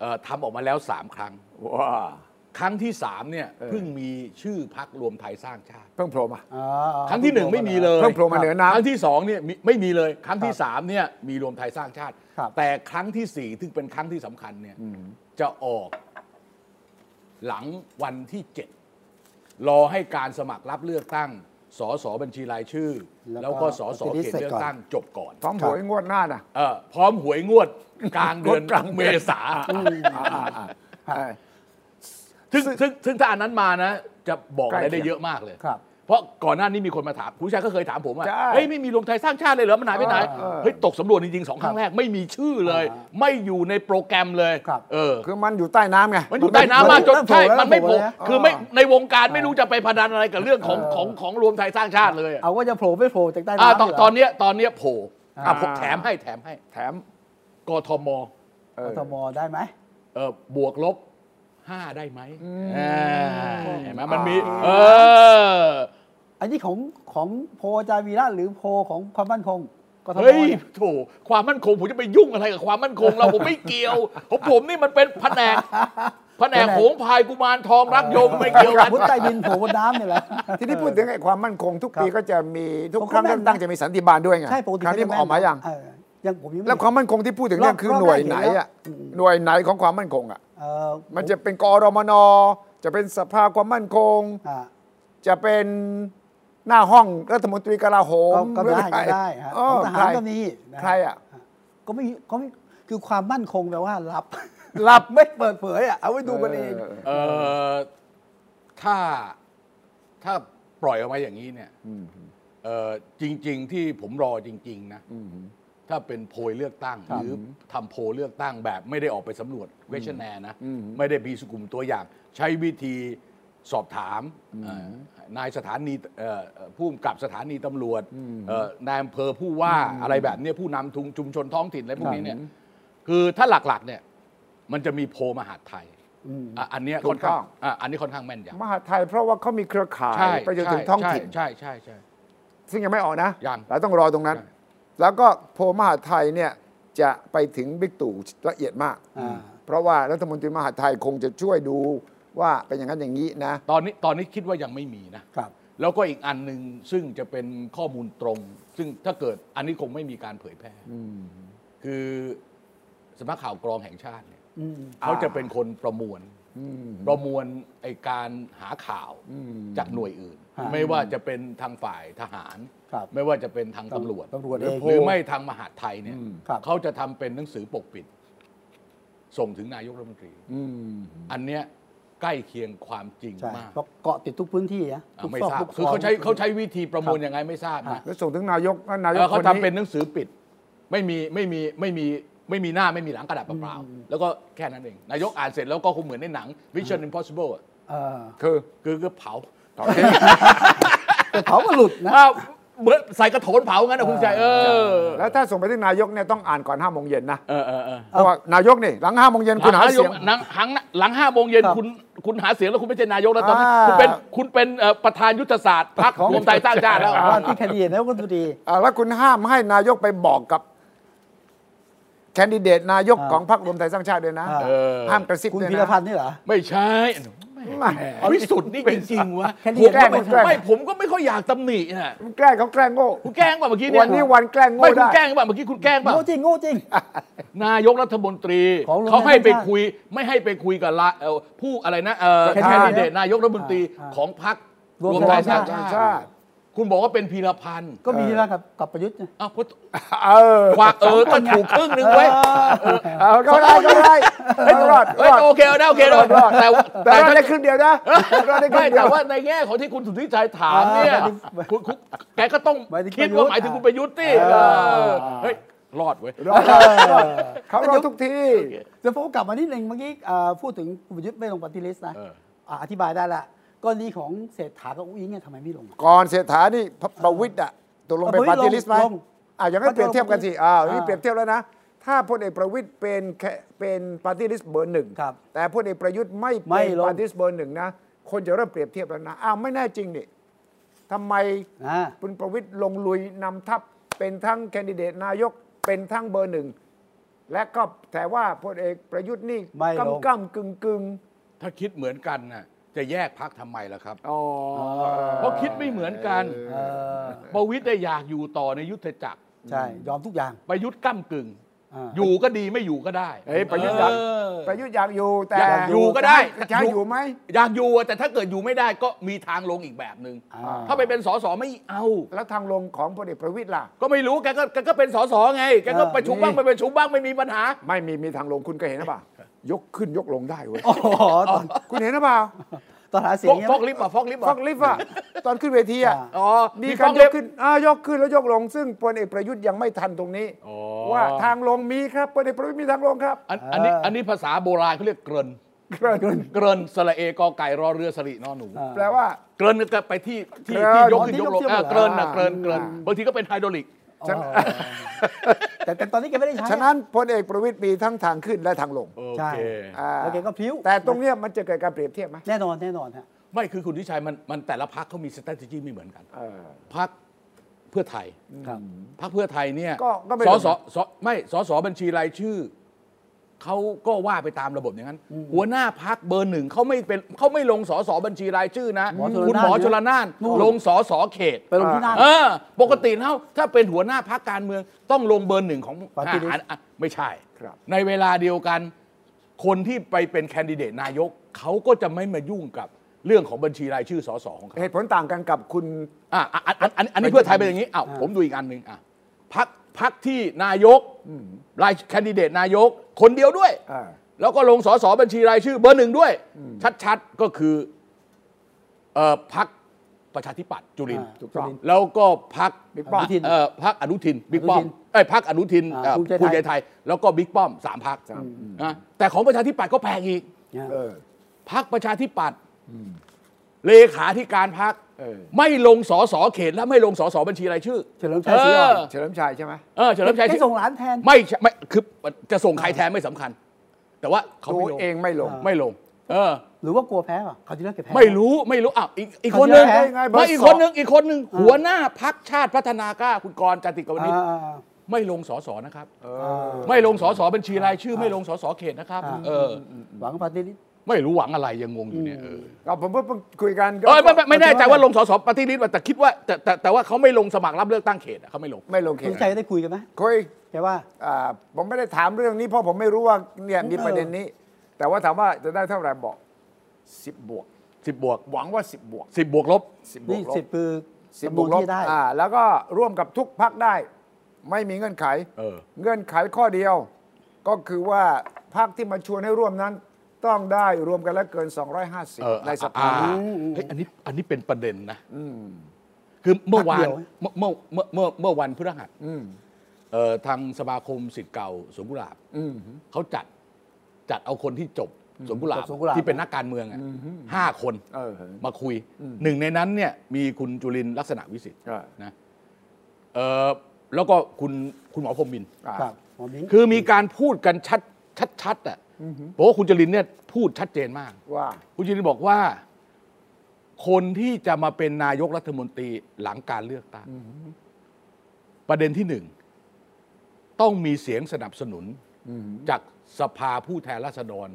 S2: เอ่อทำออกมาแล้วสามครั้ง
S3: ว้า
S2: ครั้งที่สามเนี่ย
S3: เออ
S2: เพิ่งมีชื่อพักรวมไทยสร้างชาติ
S3: เพิ่งโผล่มา
S1: อ่า
S2: ครั้งที่หนึ่งไม่มีเลย
S3: เพิ่งโผล่มาเหนือน้ำ
S2: ครั้งที่สองเนี่ยมีไม่มีเลย ครั้งที่สามเนี่ยมีรวมไทยสร้างชาติ
S1: ครับ
S2: แต่ครั้งที่สี่ถึงเป็นครั้งที่สำคัญเนี่ยจะออกหลังวันที่เจ็ดรอให้การสมัครรับเลือกตั้งสสบัญชีรายชื่อ
S1: แล้
S2: แล้ว ว
S1: ก็
S2: ก็สสเขต
S1: เสร็จก่อน
S2: เลือกตั้งจบก่อน
S3: พร้อมหวยงวดหน้าน่ะ
S2: เออพร้อมหวยงวดกลางเดือน
S3: กลางเดื
S2: เม
S3: อน
S2: ษา
S3: อ่าอ่าอ่าเออ
S2: ซึ่งซึ่งซึ่งถ้าอันนั้นมานะ จะบอกอะไรได้เยอะมากเลย
S1: ครับ
S2: เพราะก่อนหน้านี้มีคนมาถามผู้ชายก็เคยถามผมว่า
S3: ใช่
S2: เฮ้ยไม่มีรวมไทยสร้างชาติเลยเหรอมันหายไปไหน
S3: เออ
S2: เฮ้ยตกสำรวจจริงๆสองครั้งแรกไม่มีชื่อเลย
S1: อ่า
S2: ไม่อยู่ในโปรแกรมเลย
S1: ครับ
S2: เออ
S3: คือมันอยู่ใต้น้ำไง
S2: มันอยู่ใต้น้ำมากจน
S1: มันไม่
S2: ใช่
S1: โผล่แล้ว
S2: มันไม่
S1: มัน
S2: โผ
S1: โผล่
S2: ล่
S1: แล้ว
S2: คือไม่ในวงการไม่รู้จะไปพนันอะไรกับเรื่องของของของรวมไทยสร้างชาติเลยอะ
S1: เอาว่าจะโผล่ไม่โผล่จากใต้
S2: อ่า
S1: น้ำ
S2: ตอน
S1: เหร
S2: ตอนเนี้ยตอนเนี้ยโผล่อ่ะ
S3: อ่า
S2: ผมแถมให้แถมให้
S3: แถม
S2: กทม
S3: เออ
S1: กทมได้ไหม
S2: เออบวกลบห้าได้ไหมอ่าเห็นไหมมันมี
S3: อ่า
S2: เออ
S1: อันนี้ของของโพลอาจารย์วีระหรือโพลของความมั่นคงกทม
S2: เฮ้ย
S1: เนี่ย
S2: โถความมั่นคงผมจะไปยุ่งอะไรกับความมั่นคงเราผมไม่เกี่ยวของผมนี่มันเป็นแผนกแผนก
S1: แผนก
S2: โหงพายกุมารทองรักยมไม่เกี่ยวกัน
S1: พุทธใต้ดินโผล่บนน้ำเนี่ยแหละ
S3: ทีนี้พูดถึงไอ้ความมั่นคงทุกปี
S1: ครับ
S3: ก็จะมีทุก
S1: ผม
S3: ครั้ง
S1: ก็แม่
S3: เลือน กตั้ง
S1: นะ
S3: จะมีสันติบาลด้วยไง
S1: ใช่ปกติ
S3: ครั้งนี้มันออกมายัง
S1: เยังผมยังไม่
S3: แล้วความมั่นคงที่พูดถึงเนี่ยคือ
S1: รอบ
S3: ห
S1: รอบ
S3: น่วย
S1: แรก
S3: ไหน
S1: เห็นแล้ว
S3: อ่ะ
S1: อืม
S3: หน่วยไหนของความมั่นคงอ่ะ
S1: เอ่อ
S3: มันจะเป็นกอรมนจะเป็นสภาความมั่นคง
S1: อ่า
S3: จะเป็นหน้าห้องรัฐมนตรีกลาโห
S1: ก็
S3: ม
S1: ก็ได้ก็ได้ฮะ
S3: เออ
S1: ของท
S3: ใคร
S1: หารก็มีนะ
S3: ใครอ่ะ
S1: ก็ไม่ก็ไม่คือความมั่นคงแปลว่ารับ
S3: หลับ
S1: ไม่เปิดเผยอ่ะเอาไว้ดูกันเอง
S3: เออ
S2: เออถ้าถ้าปล่อยออกมาอย่างนี้เนี่ยเออจริง ๆ ที่ผมรอจริง ๆ นะ ถ้าเป็นโพยเลือกตั้ง หรือทำโพลเลือกตั้งแบบไม่ได้ออกไปสำรวจเวชแนนะ
S3: อืม
S2: ไม่ได้มีสกลุ่มตัวอย่าง ใช้วิธีสอบถามเอ่อนายสถานีเอ่อเอ่อผู้กำกับสถานีตำรวจเอ่อนายอำเภอผู้ว่าอะไรแบบเนี้ยผู้นำทุงชุมชนท้องถิ่นอะไรพวกนี้เนี่ยคือถ้าหลักๆเนี่ยมันจะมีโพลมหาดไทย
S1: อืม
S2: อ่ะอันเนี้ย
S3: ถู
S2: ค่
S3: ก
S2: อน
S3: ต้
S2: ข้า
S3: อง
S2: งอ่ะอันนี้ค่อนข้างแม่นย
S3: มหาดไทยเพราะว่าเขามีเครือข่า
S2: ำ
S3: ยไปจนถึงท้องถิ่น
S2: ใช่ใช่ใช่
S3: ซึ่งยังไม่ออกนะ
S2: ยัง
S3: เราต้องรอตรงนั้น
S2: ใช่
S3: แล้วก็โพลมหาดไทยเนี่ยจะไปถึงบิ๊กตู่ละเอียดมาก
S1: อ่า
S3: เพราะว่ารัฐมนตรีมหาดไทยคงจะช่วยดูว่าเป็นอย่างนั้นอย่างนี้นะ
S2: ตอนนี้ตอนนี้คิดว่ายังไม่มีนะ
S1: ครับ
S2: แล้วก็อีกอันหนึ่งซึ่งจะเป็นข้อมูลตรง ซึ่งถ้าเกิดอันนี้คงไม่มีการเผยแพร่คือสำนักข่าวกรองแห่งชาติเนี่ย
S1: อืม
S2: เขาจะเป็นคนประมวลประมวลไอการหาข่าวจากหน่วยอื่น
S1: ฮะ
S2: ไม่ว่าจะเป็นทางฝ่ายทหาร
S1: ครับ
S2: ไม่ว่าจะเป็นทางตำรวจ
S1: ตำรวจ
S2: หรือ
S1: เอง
S2: หรือไม่ทางมหาดไทยเนี่ย
S1: อืมครับ
S2: เขาจะทำเป็นหนังสือปกปิด ส่งถึงนายกรัฐมนตรีอันเนี้ยใกล้เคียงความจริง
S1: ใช่
S2: มาก
S1: เพราะเกาะติดทุกพื้นที่นะ
S2: อ่ะ
S1: ทุก
S2: ไม่
S1: ซอก
S2: ทราบ
S1: ทุก
S2: คือ
S1: ซย
S2: เขาใช้เขาใช้วิธีประมวลยังไงไม่ทราบนะ
S3: แล้วส่งถึงนายกแล้วนายก
S2: เออ
S3: ค
S2: เขา
S3: น
S2: ทำ
S3: นี้
S2: เป็นหนังสือปิด ไม่มีไม่มีไม่มีไม่มีหน้าไม่มีหลังกระดาษเปล่าๆแล้วก็แค่นั้นเอง นายกอ่านเสร็จแล้วก็คงเหมือนในหนัง Mission Impossible อ่ะ
S1: เออ
S3: คือ
S2: คือก็เผา
S1: แต่เขาก็หลุดนะ
S2: อ้าวเหมือนใส่กระโถนเผางั้นนะคุณชัยเออ
S3: แล้วถ้าส่งไปถึงนายกเนี่ยต้องอ่านก่อนห้าโมงเย็นนะ
S2: เออเออเออ
S3: เพราะว่านายกนี่หลังห้าโมงเย็นคุณหาเสียง
S2: หลังหลังหลังห้าโมงเย็น
S1: ครับ
S2: คุณคุณหาเสียงแล้วคุณไม่ใช่นายกแล้วตอนนี้
S3: อ่า
S2: คุณเป็นคุณเป็นเอ่อประธานยุทธศาสตร์พรรค
S1: ของ
S2: รวมไทยสร้างชาติแล้ว
S1: ว่าที่แคนดิเดตนายกรัฐมนตรี
S3: อ่าแล้วคุณห้ามให้นายกไปบอกกับ แคนดิเดตนายก
S1: อ่า
S3: ของพรรครวมไทยสร้างชาติด้วยนะ
S1: อ่า
S2: เออ
S3: ห้ามกระซิบ
S1: คุณ
S3: ด้วย
S1: พีร
S3: นะ
S1: พันธ์นี่เหรอ
S2: ไม่ใช่
S3: แหม
S2: วิสุทธ์นี่จริงๆวะ
S1: แค่นี้
S2: ผมก็ไม่
S1: แกล้ง
S2: ไม่ผมก็ไม่ค่อยอยากตำหนิน่ะ
S3: มันแกล้งเขาแกล้งโง่
S2: คุณแกล้งป่ะเมื่อกี้เนี่ย
S3: วันนี้วันแกล้งโง่
S2: ไม่คุณ
S3: ได้
S2: แกล้งป่ะเมื่อกี้คุณแกล้งป่ะ
S1: โง่จริงโง่จริง
S2: นายกรัฐมนตรี
S1: ของโรง
S2: เขาให้ไป
S1: แรมแห่งชาติ
S2: คุย ไม่ให้ไปคุยกับละเอ่อผู้อะไรนะเอ่อ
S1: ประ
S2: แค
S1: ธาน น
S2: ดิเดตนายกรัฐมนตรี
S1: อ่า
S2: ของพรรค
S1: รวม
S2: รวมไทยสร้าง
S1: ไทยสร้าง
S2: ชาติคุณบอกว่าเป็นพีรพันธ์
S1: ก็มีแล้วกับกับประยุทธ์เนี่ย
S2: อ้าวเพราะ
S3: เออ
S2: ควักเออก็ถูกครึ่งนึงเว้ย
S3: เอาก็ได้ก็ได้เฮ้ยรอดร
S2: เอ้ย
S3: อด
S2: โอเคเอาได้โอเค
S3: ร
S2: ร
S3: อ
S2: อ
S3: ด
S2: ด
S3: รอด
S2: แต่ว่า
S3: แต่
S2: แต่
S3: รอด
S2: ถ้า
S3: ได้ครึ่งเดียวนะรอดได้ครึ่
S2: ไม่
S3: งเดีย
S2: แต่
S3: ว
S2: ว่าในแง่ของที่คุณสุทธิชัยถามเนี่ย
S1: อ่า
S2: คุณคุณแกก็ต้อง
S1: หมายถึง
S2: คิดว่า
S1: ประ
S2: ห
S1: ยุทธ์
S2: มายถึงคุณประยุทธ์ที่
S1: อ่า
S2: เออเฮ้ยรอดเว้ย
S3: รอดรอดเขารอดทุกที
S1: เดี๋ยวผมกลับมานิดนึงเมื่อกี้เอ่อพูดถึงคุณประยุทธ์ไม่ลงปฏิลิสต์นะ
S2: เออ
S1: ะอธิบายได้ละกรณีของเศรษฐากับอุ้งอิงเนี่ยทำไมไม่ลงอ่ะ
S3: ก่อนเศรษฐานี่พประวิทย์อะตกลงเป็น
S1: ประวิ
S3: ปา
S1: ตร
S3: ร์ตี้ลิสต์ไหม
S1: ลง
S3: อ่ะยังไม่เปรียบเทียบกันสิอ่านี่
S1: อ่า
S3: เปรียบเทียบแล้วนะ ถ้าพลเอกประวิทย์เป็นแค่เป็นปาร์ตี้ลิสต์เบอร์หนึ่ง
S1: ครับ
S3: แต่พลเอกประยุทธ์ไม่
S1: ไม่
S3: เป็น
S1: ลง
S3: ปาร์ตี้ลิสต์เบอร์หนึ่งนะคนจะเริ่มเปรียบเทียบแล้วนะอ้าวไม่แน่จริงนี่ทำไม
S1: นะ
S3: คุณประวิทย์ลงลุยนำทัพเป็นทั้งแคนดิเดตนายกเป็นทั้งเบอร์หนึ่ง และก็แต่ว่าพลเอกประยุทธ์นี่
S1: ไม่ลง
S3: กำกำกึ่งกึ่ง
S2: ถ้าคิดเหมือนกันน่ะจะแยกพักทำไมล่ะครับ
S3: อ๋อ
S2: เพราะคิดไม่เหมือนกัน
S1: เออ
S2: ประวิทย์ได้อยากอยู่ต่อในยุทธจักร
S1: ใช่ยอมทุกอย่าง
S2: ประยุทธ์ก้ากึ่ง
S1: อ่า
S2: อยู่ก็ดีไม่อยู่ก็ได้
S3: เอ้ยประยุทธ์อยาก
S2: เออ
S3: ประยุทธ์อยากอยู่แต่
S2: อยากอยู่ก็ได้
S3: จะให้อยู่ไหม
S2: อยากอยู่อะแต่ถ้าเกิดอยู่ไม่ได้ก็มีทางลงอีกแบบหนึ่ง
S1: อ่า
S2: ถ้าไปเป็นสสไม่เอา
S3: แล้วทางลงของพลเอกประวิทย์ล่ะ
S2: ก็ไม่รู้แกก็แกก็เป็นสสไงแกก็
S1: เออ
S2: ประชุมบ้าง
S3: นี่
S2: ไม่ประชุมบ้างไม่มีปัญหา
S3: ไม่มีมีทางลงคุณก็เห็นนะป่ะยกขึ้นยกลงได้เว้ย
S1: โอ้โหตอน
S3: คุณเห็นนะเปล่า
S1: ตอนหาเสีย
S2: ฟ
S1: ง
S2: อก
S1: เนี่ย
S2: ฟอกลิฟต์อ่ะฟอกลิฟต์
S3: ฟ
S2: อ่ะ
S3: อกลิฟต์อะตอนขึ้นเวทีอะ
S1: อ่า
S2: อ๋อ
S3: มี
S2: มี
S3: กา
S2: ฟ
S3: ร
S2: อก
S3: ย
S2: ลิ
S3: ก
S2: ฟต์
S3: ขึ้นอ่ายกขึ้นแล้วยกลง ซึ่งพลเอกประยุทธ์ยังไม่ทันตรงนี้
S2: อ๋อ
S3: ว่าทางลงมีครับพลเอกประวิทย์มีทางลงครับ
S2: อันอันนี้อันนี้ภาษาโบราณเขาเรียกเกริน
S3: เกิน
S2: เกรินสระเอกอไก่รอเรือสรีนอหนู
S1: อ่า
S3: แปลว่า
S2: เกรินก็ไปที่ที่
S3: เกริ่
S2: ที่
S3: น
S2: ยกขึ้น
S1: อ๋
S2: ย
S1: อก ที่ย
S2: ลง
S1: กเที่ยว
S2: อ่า
S1: เหรอ
S2: เกรินนะเกรินเกริน
S3: อ่า
S2: บางทีก็เป็นไฮดรอลิก
S3: ฉัน
S1: อ๋อแต่แต่ตอนนี้แกไม่ได้ใช้
S3: ฉะนั้นพลเอกประวิตยมีทั้งทางขึ้นและทางลง
S2: โอ
S1: ใช่
S2: เค
S3: อ่า
S1: แล้วแกก็พลิ้ว
S3: แต่ตรงเนี้ยมันจะเกิดการเปรียบเทียบไหม
S1: แน่นอนแน่นอนฮะ
S2: ไม่คือคุณทิชัยมันมันแต่ละพักเขามีส t r a t e g y ไม่เหมือนกัน
S3: เออ
S2: พักเพื่อไทย
S1: ครับ
S2: พักเพื่อไทยเนี่ย
S3: ก็ก็ไม่
S2: ส
S3: ล
S2: อง สอสอไม่สอสอบัญชีรายชื่อเขาก็ว่าไปตามระบบอย่างนั้น หัวหน้าพักเบอร์หนึ่งเขาไม่เป็นเขาไม่ลงสอสอบัญชีรายชื่อนะ
S1: หมอชลน่าน
S2: คุณหมอชลน่าน
S1: นู่น
S2: ลงสอสอเขต
S1: ไปลงที่นั่น
S2: เออปกติแล้วถ้าเป็นหัวหน้าพักการเมืองต้องลงเบอร์หนึ่งของ
S1: Party
S2: อ่ะ
S1: list
S2: อ่ะไม่ใช่
S3: ครับ
S2: ในเวลาเดียวกัน คนที่ไปเป็นแคนดิเดตนายก เขาก็จะไม่มายุ่งกับเรื่องของบัญชีรายชื่อสสของเขา
S3: เหตุผลต่างกันกับคุณ
S2: อ่ะอ่ะอันอันอันอันนี้เพื่อไทยเป็นอย่างนี้อ้าว
S1: อ่า
S2: ผมดูอีกอันหนึ่งอ่ะพักพักที่นายกรายแคนดิเดตนายก คนเดียวด้วย
S3: อ่า
S2: แล้วก็ลงสสบัญชีรายชื่อเบอร์หนึ่งด้วย ชัดๆก็คือเอ่อพักประชาธิปัตย์จุลินทร์
S3: ถูกต้อง
S2: แล้วก็พัก
S3: บิ๊กป้อม
S2: เอ่อพักอนุทินบิ๊กป้อม
S1: อนุทิน
S2: ไอ้ยพักอนุทิน
S1: อ่า
S2: เอ่อ
S1: ภูมิใจไทย
S2: ภูมิใจไทย แล้วก็บิ๊กป้อมสามพักนะแต่ของประชาธิปัตย์ก็แพงอีก
S1: เนี่ย
S3: เออ
S2: พักประชาธิปัตย์เลขาธิการพัก
S3: เออ
S2: ไม่ลงสอสอเขตและไม่ลงสอสอบัญชีรายชื่อ
S1: เฉลิมชัยศรีอ่อน
S3: เฉลิมชัยใช่ไหม
S2: เออเฉลิมชัย
S1: แก
S2: ศรี
S1: ส่งหลานแทน
S2: ไม่ใช่ไม่คือจะส่งใครแทนไม่สำคัญ แต่ว่าเขา
S3: ตัว
S2: ไม่ลง
S3: เองไม่ลง
S2: ไม่ลง เออ
S1: หรือว่ากลัวแพ้ป่ะเขาวที่แล้วแกแพ้
S2: ไม่รู้ไม่รู้อ้าวอีกอีกคนนึง
S1: เขาจะแพ้
S3: ไงเบอร์
S2: ไม่อีก
S3: สอง
S2: คนนึงอีกคนนึงหัวหน้าพักชาติพัฒนากล้าคุณกรณ์จาติกว
S1: อ่า
S2: นิช
S1: อ่าอ่า
S2: ไม่ลงสอสอนะครับ
S3: เออ
S2: ไม่ลงสอสอบัญชีรายชื่อ ไม่ลงสอสอเขตนะครับ
S1: อ่า
S2: เออ
S1: หวังปฏิริษี
S2: ไม่รู้หวังอะไรยังงงอยู่เนี่ยเออ
S3: ก็ผมเพิ่งคุยกันก็
S2: เออไม่ไม่ไม่แน่ใจว่าลงสอสอปฏิริษีแต่คิดว่าแต่แต่แต่ว่าเขาไม่ลงสมัครรับเลือกตั้งเขตอะเขาไม่ลง
S3: ไม่ลงเข
S1: คุณ
S3: ต
S1: ชัยได้คุยกันไหม
S3: คุย
S1: แกว่า
S3: อ่าผมไม่ได้ถามเรื่องนี้เพราะผมไม่รู้ว่าเนี่ยมีประเด็นนี้ แต่ว่าถามว่าจะได้เท่าไหร่บอกสิบบวก
S2: 10 บวก
S3: หวังว่าสิบบวก
S2: 10 บวกลบ
S3: สิบบว
S1: นี่
S3: กลบ
S1: สิบคือ
S3: สิบ
S1: จำน
S3: บว
S1: ว
S3: ก
S1: น
S3: ลบ
S1: ที่ได้
S3: อ่าแล้วก็ร่วมกับทุกพักได้ ไม่มีเงื่อนไข
S2: เออ
S3: อนไขข้อเดียว ก็คือว่าพักที่มาชวนให้ร่วมนั้น ต้องได้รวมกันแล้วเกิน
S2: เออ
S3: 250 ในสภา
S2: อ่เฮ้ยอันนี้อันนี้เป็นประเด็นนะคือเมื่อวา
S1: พักเดี
S2: น
S1: ยว
S2: เมื่อเมื่อเมื่อเมื่อเมื่อวันพฤหัส
S3: อืม
S2: เอ่อทางสมาคมสิทธิ์เก่าสวนกุหลาบ
S3: อืม
S2: เขาจัดจัดเอาคนที่จบสวนกุหลา
S1: จบสวนกุหลาบ
S2: ที่เป็นนักการเมืองอะห้าคน
S3: เออ
S2: มาคุยหนึ่งในนั้นเนี่ยมีคุณจุลินลักษณะวิสิทธิ์
S3: อ่า
S2: นะเออแล้วก็คุณคุณหมอพรหมมินทร์
S3: อ่ะ
S1: ครับหมอมิ้ง
S2: คือมีการพูดกันชัดชัดชัดอ่ะบอกว่าคุณจุลินเนี่ยพูดชัดเจนมาก
S3: ว่า
S2: คุณจุลินบอกว่า คนที่จะมาเป็นนายกรัฐมนตรีหลังการเลือกตั้งประเด็นที่หนึ่ง ต้องมีเสียงสนับสนุนจากสภาผู้แทนราษฎร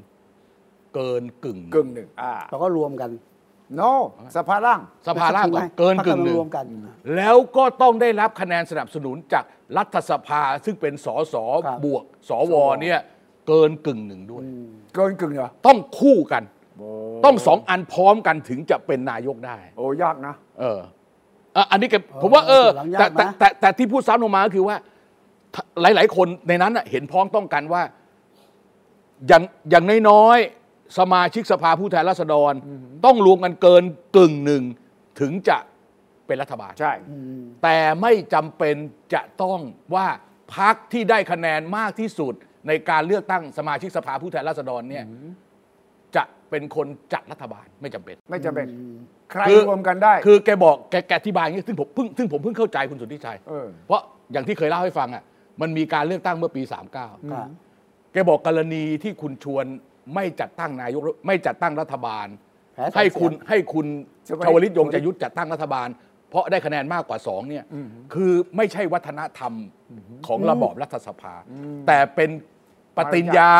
S2: เกินกึ่ง
S3: กึ่งหนึ่งอ่า
S1: เราก็รวมกัน
S3: no สภาล่าง
S2: สภาล่าง
S1: ไหม
S2: เกินกึ่งหนึ่
S1: พรรคการเมือรวม
S2: ง
S1: กัน
S2: แล้วก็ต้องได้รับคะแนนสนับสนุนจากรัฐสภาซึ่งเป็นสส
S1: ครับ
S2: บวก สวเนี่ยเกินกึ่งหนึ่งด้วย
S3: เกินกึ่งเหรอ
S2: ต้องคู่กัน ต้องสองอันพร้อมกันถึงจะเป็นนายกได้
S3: โอ้ยากนะ
S2: เอออ่ะอันนี้แกผมว่า เออ
S1: หลังยาก
S2: แต่แต่
S1: นะ
S2: แต่แต่ที่พูดซ้ำลงมาก็คือว่าถ้าหลาย ๆ คนในนั้นน่ะเห็นพ้องต้องกันว่า อย่างอย่างน้อยๆสมาชิกสภาผู้แทนราษฎร ต้องรวมกันเกินกึ่งหนึ่งถึงจะเป็นรัฐบาล
S3: ใช่
S2: แต่ไม่จำเป็นจะต้องว่าพักที่ได้คะแนนมากที่สุดในการเลือกตั้งสมาชิกสภาผู้แทนราษฎรเนี่ยจะเป็นคนจัดรัฐบาลไม่จำเป็น
S3: ไม่จำเป็น ใคร
S2: คือ
S3: รวมกันได้
S2: คือแกบอกแกแกอธิบายอย่างนี้ซึ่งผมเพิ่งซึ่งผมเพิ่งเข้าใจคุณสุทธิชัย
S3: เออ
S2: เพราะอย่างที่เคยเล่าให้ฟังอ่ะมันมีการเลือกตั้งเมื่อปี
S1: อ่ะ
S2: 39 แกบอกกรณีที่คุณชวนไม่จัดตั้งนายกไม่จัดตั้งรัฐบาล
S1: แพ้สอง
S2: ให้คุณ
S1: เสียง
S2: ให้คุณ
S3: ชว
S2: ชวลิ
S3: ลิต
S2: ตยงจะยุทธจัดตั้งรัฐบาล เพราะได้คะแนนมากกว่าสองเนี่ยคือไม่ใช่วัฒนธรรมของระบอบรัฐสภา แต่เป็นปฏิญญา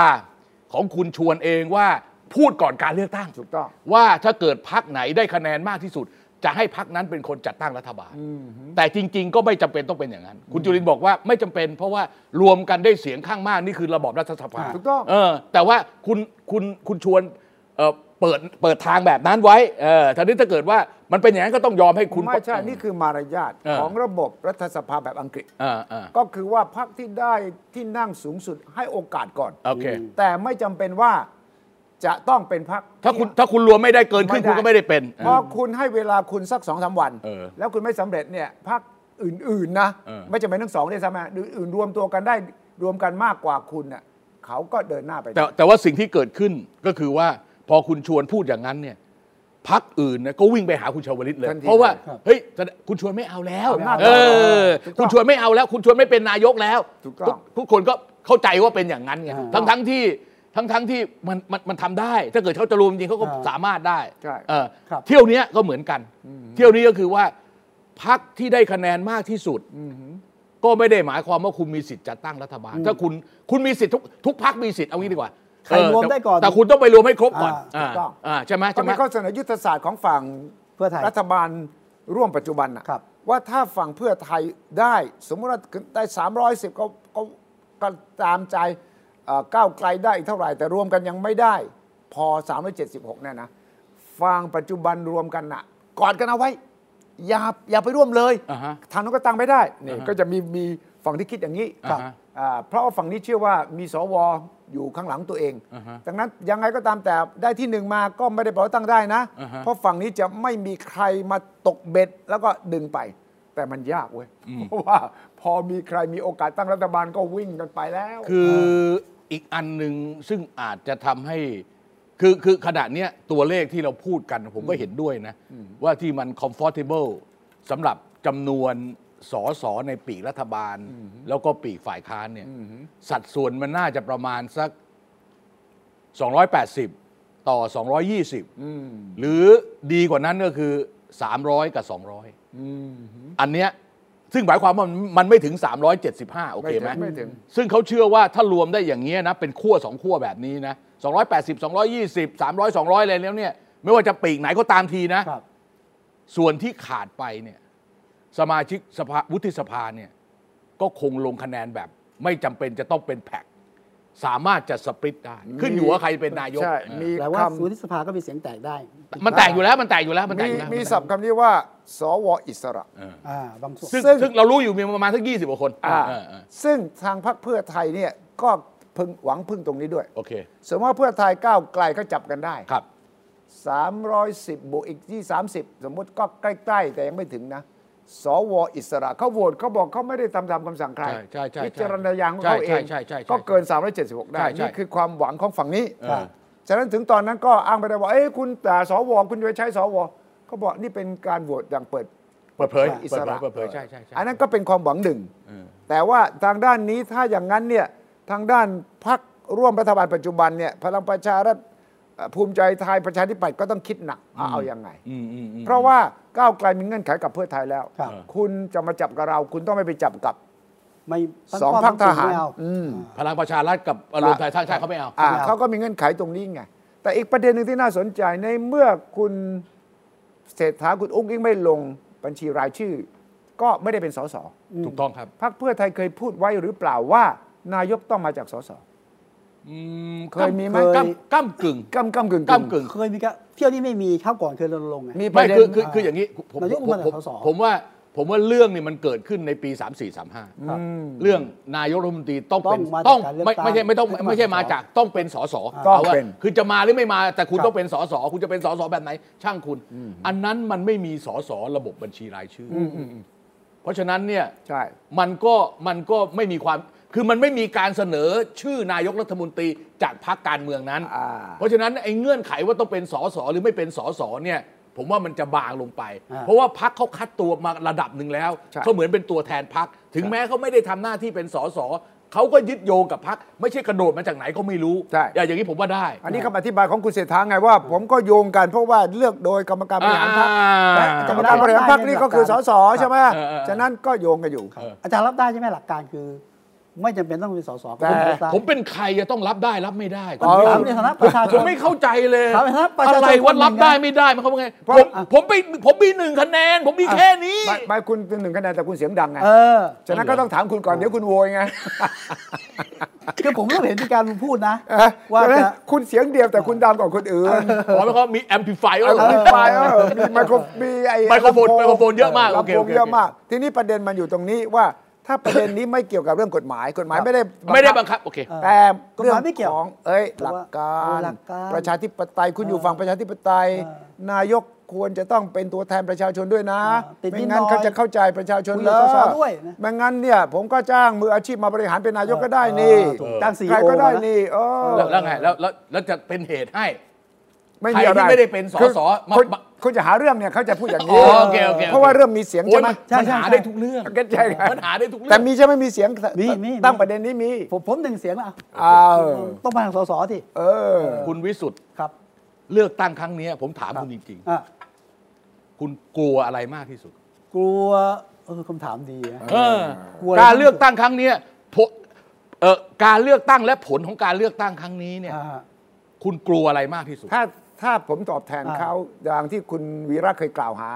S2: ของคุณชวนเองว่าพูดก่อนการเลือกตั้ง
S3: ถูกต้อง
S2: ว่าถ้าเกิดพักไหนได้คะแนนมากที่สุด จะให้พักนั้นเป็นคนจัดตั้งรัฐบาล แต่จริง ๆ ก็ไม่จำเป็นต้องเป็นอย่างนั้น คุณจุลินบอกว่าไม่จำเป็น เพราะว่ารวมกันได้เสียงข้างมากนี่คือระบอบรัฐสภา
S3: ถูกต้อง
S2: เออแต่ว่าคุณคุณคุณชวนเอ่อเปิดเปิดทางแบบนั้นไว้เออทีนี้ถ้าเกิดว่ามันเป็นอย่างนั้นก็ต้องยอมให้คุณ
S3: ไม่ใช่ นี่คือมารยาท
S2: เออ
S3: ของระบบรัฐสภาแบบอังกฤษ
S2: เออเออ
S3: ก็คือว่าพรรคที่ได้ที่นั่งสูงสุดให้โอกาสก่อน
S2: โอเค
S3: แต่ไม่จำเป็นว่าจะต้องเป็นพรรค
S2: ถ้าคุณถ้าคุณรวมไม่ได้เกินขึ้น
S3: ด้
S2: คุณก็ไม่ได้เป็น
S3: พอคุณให้เวลาคุณสักสองสาวัน
S2: เออ
S3: แล้วคุณไม่สำเร็จเนี่ยพรรคอื่นๆนะ
S2: เออ
S3: ไม่จำเป็นทั้งสองเลยซ้ำนะอื่นๆรวมตัวกันได้รวมกันมากกว่าคุณน่ะเขาก็เดินหน้าไป
S2: แต่แต่ว่าสิ่งที่เกิดขึ้นก็คือว่าพอคุณชวนพูดอย่างนั้นเนี่ยพักอื่นนะก็วิ่งไปหาคุณชาวลิตเลย
S3: ทันที
S2: เพราะว่า
S1: ครับ
S2: เฮ้ยแสดงคุณชวนไม่เอาแล้ว
S3: อำนาจ
S2: เออ
S3: ถูกต้อง
S2: คุณชวนไม่เอาแล้ว คุณชวนไม่เป็นนายกแล้ว
S3: ถูกต้อง
S2: ทุกคนก็เข้าใจว่าเป็นอย่างนั้นไง
S1: อ่า
S2: ทั้งทั้งที่ทั้งทั้งที่มันมันมันทำได้ ถ้าเกิดเขาจะรวมจริงเขาก็
S1: อ่า
S2: สามารถได้
S3: ใช่
S2: เออ
S1: ครับ
S2: เที่ยวเนี้ยก็เหมือนกัน เที่ยวนี้ก็คือว่าพักที่ได้คะแนนมากที่สุด ก็ไม่ได้หมายความว่าคุณมีสิทธิ์จัดตั้งรัฐบาล ถ้าคุณคุณมีสิทธิ์ทุกทุกพักมีสิทธิ์เอางี้ดีกว่า
S1: ใครรวม
S2: เแต่
S1: ได้ก่อน
S2: แต่คุณต้องไปรวมให้ครบก่อน
S1: อ่า
S2: อ่า
S3: ถูกต้อง
S2: อ่าใช่ไหม
S3: ก็
S2: ใช่ไหม
S3: มีข้อเสนอยุทธศาสตร์ของฝั่ง
S1: เพื่อไทย
S3: รัฐบาลร่วมปัจจุบันนะครับ ว่าถ้าฝั่งเพื่อไทยได้ สมมติว่าได้ 310 ก็ก็ก็ตามใจเอ่อก้าวไกลได้อีกเท่าไหร่ แต่รวมกันยังไม่ได้พอ 376เนี่ยนะฝั่งปัจจุบันรวมกันนะกอดกันเอาไว้ อย่าอย่าไปร่วมเลย
S2: อ่าฮะ
S3: ทางนั้นก็ตั้งไม่ได้นี่
S2: อ่าฮะ
S3: ก็จะมีมีฝั่งที่คิดอย่างนี้
S2: อ่าฮะ
S3: อ่าเพราะว่าฝั่งนี้เชื่อว่ามีสวอยู่ข้างหลังตัวเอง
S2: อ่าฮะ
S3: ดังนั้นยังไงก็ตามแต่ได้ที่หนึ่งมาก็ไม่ได้แปลว่าตั้งได้นะ
S2: อ่าฮะ
S3: เพราะฝั่งนี้จะไม่มีใครมาตกเบ็ด แล้วก็ดึงไป แต่มันยากเว้ย เพราะว่าพอมีใครมีโอกาสตั้งรัฐบาลก็วิ่งกันไปแล้ว
S2: คืออีกอันหนึ่งซึ่งอาจจะทำให้คือคือขณะเนี้ยตัวเลขที่เราพูดกันผมก็เห็นด้วยนะ ว่าที่มัน comfortable สำหรับจำนวนสอสอในปีกรัฐบาล แล้วก็ปีกฝ่ายค้านเนี่ยสัดส่วนมันน่าจะประมาณสัก 280 ต่อ 220 หรือดีกว่านั้นก็คือ 300 กับ 200 อันเนี้ยซึ่งหมายความว่ามันมันไม่ถึง 375 โอเค
S3: ไม่ถึ
S2: ไหม
S3: งไม่ถึง
S2: ซึ่งเขาเชื่อว่าถ้ารวมได้อย่างนี้ยนะ เป็นขั้วสองขั้วแบบนี้นะ280 220 300 200อะไรแล้วเนี่ย ไม่ว่าจะปีกไหนก็ตามทีนะ
S1: ครับ
S2: ส่วนที่ขาดไปเนี่ย สมาชิกสภาวุฒิสภาเนี่ย ก็คงลงคะแนนแบบ ไม่จำเป็นจะต้องเป็นแพ็กสามารถจะสปริตได้ ขึ้นอยู่ว่าใครเป็นนายก
S3: ใช่
S2: เออ
S3: มี
S1: แปลว่า
S3: ค
S1: วุฒิสภาก็มีเสียงแตกได้
S2: มันแตกอยู่แล้วมันแตกอยู่แล้วมัน
S3: ำ
S2: แต
S3: มี
S2: กอยู่แล้ว
S3: มีศัพท์คำนี้ว่า สวอิสระ
S1: อ่าบางส่วน
S2: ซึ่ง
S3: ซึ่ง
S2: ซึ่งเรารู้อยู่มีประมาณสัก20กว่าคน
S3: อ่า
S2: เออเออ
S3: ซึ่งทางพรรคเพื่อไทยเนี่ยก็พึงหวังพึ่งตรงนี้ด้วย
S2: โอเค
S3: สมมติว่าเพื่อไทยก้าวไกลเขาจับกันได้
S2: ครับ
S3: 310 บวกอีกที่ 30 สมมติก็ใกล้ ๆ แต่ยังไม่ถึงนะ สวอิสระเขาโหวตเขาบอกเขาไม่ได้ทำตามคำสั่งใคร
S2: ใช่ใช่ใช่
S3: พิจารณาอย่างของเขาเอง
S2: ใช่ใช่ใช่ใช่
S3: ก็เกิน 376 ได้
S2: ใช่ใช่
S3: นี่คือความหวังของฝั่งนี้
S2: เออ
S3: ฉะนั้นถึงตอนนั้นก็อ้างไปได้ว่า เอ้ยคุณแต่สวคุณจะไปใช้สวเขาบอกนี่เป็นการโหวตอย่างเปิด
S2: เปิดเผย
S3: อิ
S2: เปิ
S3: ส
S2: ดเผ
S3: ระ
S2: ยเปิดเผยใช่ใช่ใช่
S3: อันนั้นก็เป็นความหวังหนึ่ง แต่ว่าทางด้านนี้ถ้าอย่างนั้นเนี่ยทางด้านพักร่วมรัฐบาลปัจจุบันเนี่ยพลังประชารัฐเอ่อภูมิใจไทยประชาธิปัตย์ก็ต้องคิดหนักอ่ะเอายังไง
S2: อืมอืมอืม
S3: เพราะว่าก้าวไกลมีเงื่อนไขกับเพื่อไทยแล้ว
S1: ครับ
S3: คุณจะมาจับกับเรา คุณต้องไม่ไปจับกับ
S1: ไม่
S3: สองพรรคทหาร
S1: ไม่เอ
S3: อืม
S2: พลังประชารัฐกับรวมไทยสร้างชาติเขาไม่เอา
S3: อ่ะ
S1: ไม่เอา
S3: เขาก็มีเงื่อนไขตรงนี้ไง แต่อีกประเด็นหนึ่งที่น่าสนใจในเมื่อคุณเศรษฐาคุณอุ้งอิงไม่ลงบัญชีรายชื่อ ก็ไม่ได้เป็นสส
S2: ถูกต้องครับ
S3: พรรคเพื่อไทยเคยพูดไว้หรือเปล่าว่า นายกต้องมาจากสส
S2: อืม
S3: เคยมีไหม
S2: ก้าก้ามกึ่ง
S3: กำกำกึ่ง
S2: ก้ามกึ่ง
S1: เคยมีก็เที่ยวนี้ไม่มีเท่าก่อนเคยรณรงค์ไง
S3: มีประ
S2: ไม่
S3: เด็น
S2: คือคือคืออย่างนี้ผม
S1: นายก
S2: ผม
S1: มาจาก
S2: ผม
S1: สส
S2: ผมว่าผมว่าเรื่องนี่มันเกิดขึ้นในปี 3 4 3 5
S3: อืม
S2: เรื่องนายกรัฐมนตรีต้องเป็น
S1: ต้องมาจากการเลือก
S2: ไม่ไม่ใช่
S1: ตั้ง
S2: ไม่ต้อง
S1: ไม่ต้อง
S2: ไม่ใช่
S1: มา
S2: มา
S1: จาก
S2: จากต้องเป็นสส
S3: ต้อง
S2: ว่า
S3: เป็น
S2: คือจะมาหรือไม่มาแต่คุณ
S1: ครับ
S2: ต้องเป็นสสคุณจะเป็นสสแบบไหน ช่างคุณ อันนั้นมันไม่มีสสระบบบัญชีรายชื่ออเพราะฉะนั้นเนี่ย
S3: ใช่
S2: มันก็มันก็ไม่มีความคือมันไม่มีการเสนอชื่อนายกรัฐมนตรีจากพรรคการเมืองนั้น
S3: อ่า
S2: เพราะฉะนั้นไอ้เงื่อนไขว่าต้องเป็นสสหรือไม่เป็นสสเนี่ย ผมว่ามันจะบางลงไป
S1: อ่า
S2: เพราะว่าพักเขาคัดตัวมาระดับหนึ่งแล้ว
S3: ใช่
S2: เขาเหมือนเป็นตัวแทนพัก ถึงแม้เขาไม่ได้ทำหน้าที่เป็นสสเขาก็ยึดโยงกับพักไม่ใช่กระโดดมาจากไหนก็ไม่รู้
S3: ใช่
S2: อย่างอย่างนี้ผมว่าได้
S3: อันนี้คำอธิบายของคุณเศรษฐาไงว่า ผมก็โยงกันเพราะว่าเลือกโดยกรรมการบริหารพรรค
S2: อ่า
S3: และกรรมการบริหารพรรคนี่ก็คือสสใช่ไหม
S2: เออเออ
S3: ฉะนั้นก็โยงกันอยู่
S1: อาจารย์รับได้ใช่ไหมหลักการคือ ไม่จำเป็นต้องเป็นสสก็
S3: แต่
S1: ได้
S2: ผมเป็นใครจะต้องรับได้รับไม่ได้ผ
S1: ผม ม
S2: ไม่
S1: ถามใน
S2: รู้
S1: ฐานะประชาช
S2: ผม
S1: น
S2: ไม่เข้าใจเลย
S1: ครับครับประชาชน
S2: อะไรวัดรับได้ไม่ได้มันเขาเป็นไง
S3: เพราะ
S2: ผมผมไปผมมีหนึ่งคะแนน ผมมีแค่นี้
S3: ไม่ไม่คุณเป็นหนึ่งคะแนนแต่คุณเสียงดังไง
S1: เออ
S3: ฉะนั้นก็ต้องถามคุณก่อนเดี๋ยวคุณโวยไง
S1: คือผมต้องเห็นมีการพูดนะ
S3: เออ
S1: ว่า
S3: ฉะนั้น
S1: จะ
S3: คุณเสียงเดียวแต่คุณดังกว่าคนอื่น
S2: ขอแล้วเขามีแอมพลิฟายเออ
S3: เอามีไฟเออมีไมโครมีไอ้
S2: ไมโครโฟนไมโครโฟนเยอะมาก
S3: ลำ
S2: โอเค
S3: โพ
S2: โอง เค
S3: เยอะมาก ทีนี้ประเด็นมันอยู่ตรงนี้ว่าถ้าประเด็นนี้ไม่เกี่ยวกับเรื่องกฎหมายกฎหมายไม่ได้บังคับ
S2: ไม่ได้บังคับ โอเค
S3: แต่
S1: กฎ
S3: เรื่
S1: ห
S3: อง
S1: มายไม่เกี่ยว
S3: ของเอ้ย
S1: แต่
S3: หลัก
S1: ว่าก
S3: า
S1: เออ
S3: ร
S1: หลักการ
S3: ประชาธิปไตยคุณอยู่
S1: เออ
S3: ฝั่งประชาธิปไตย
S1: เออน
S3: ายกควรจะต้องเป็นตัวแทนประชาชนด้วยนะ
S1: เออติดนิ
S3: ไม่
S1: ด
S3: งั้น
S1: หน่อย
S3: เขาจะเข้าใจประชาชน
S1: คุย
S3: เล
S1: กับ
S3: ย
S1: สสด้วยนะ
S3: ไม่งั้นเนี่ย ผมก็จ้างมืออาชีพมาบริหารเป็นนายกก็ได้
S1: เออ
S3: นี่
S1: ถูกตั้งซี
S3: ใคร
S1: โอ
S3: ก็ได้
S1: นะ
S3: นี่เออ
S2: แล้วแล้วไงแล้วแล้วแล้วจะเป็นเหตุให้
S3: ไม่
S2: ใคร
S3: มี
S2: ที่
S3: อะไร
S2: ไม่ได้เป็นส
S3: คือ
S2: สมา
S3: คุณ
S2: มา
S3: คุณจะหาเรื่องเนี่ยเขาจะพูดอย่าง
S2: อ๋อ
S3: นี้
S2: โอเคโอเคโอค
S3: เพราะว่าเริ่มมีเสียง
S2: โอ้
S3: ใช่
S2: ย
S3: ไหม
S2: มัน
S1: ใช่ใช่
S2: มั
S1: ใช่
S2: นหาได้ทุกเรื่อง
S3: ก็ใช่ไง
S2: มันหาได้ทุกเรื่
S3: แต่มีใช่ไหมมีเสียง
S1: มีมี
S3: ตั้งประเด็นนี้มี
S1: ผมผมหนึ่งเสียงอ่ะ
S3: อ้าว
S1: ต้องมาทางสสที่
S3: เออ
S2: คุณวิสุทธ์
S1: ครับ
S2: เลือกตั้งครั้งเนี้ยผมถามคุณจริง
S1: อ่ะ
S2: ๆ คุณกลัวอะไรมากที่สุด
S1: กลัวเออคำถามดีนะ
S2: เออก
S1: ลัวอะไร
S2: การเลือกตั้งครั้งเนี้ยผลเอ่อการเลือกตั้งและผลของการเลือกตั้งครั้งนี้เนี่ย
S1: อ่าฮะ
S2: คุณกลัวอะไรมากที่สุด
S3: ถ้าถ้าผมตอบแทน
S1: อ่า
S3: เขาอย่างที่คุณวีระเคยกล่าวหา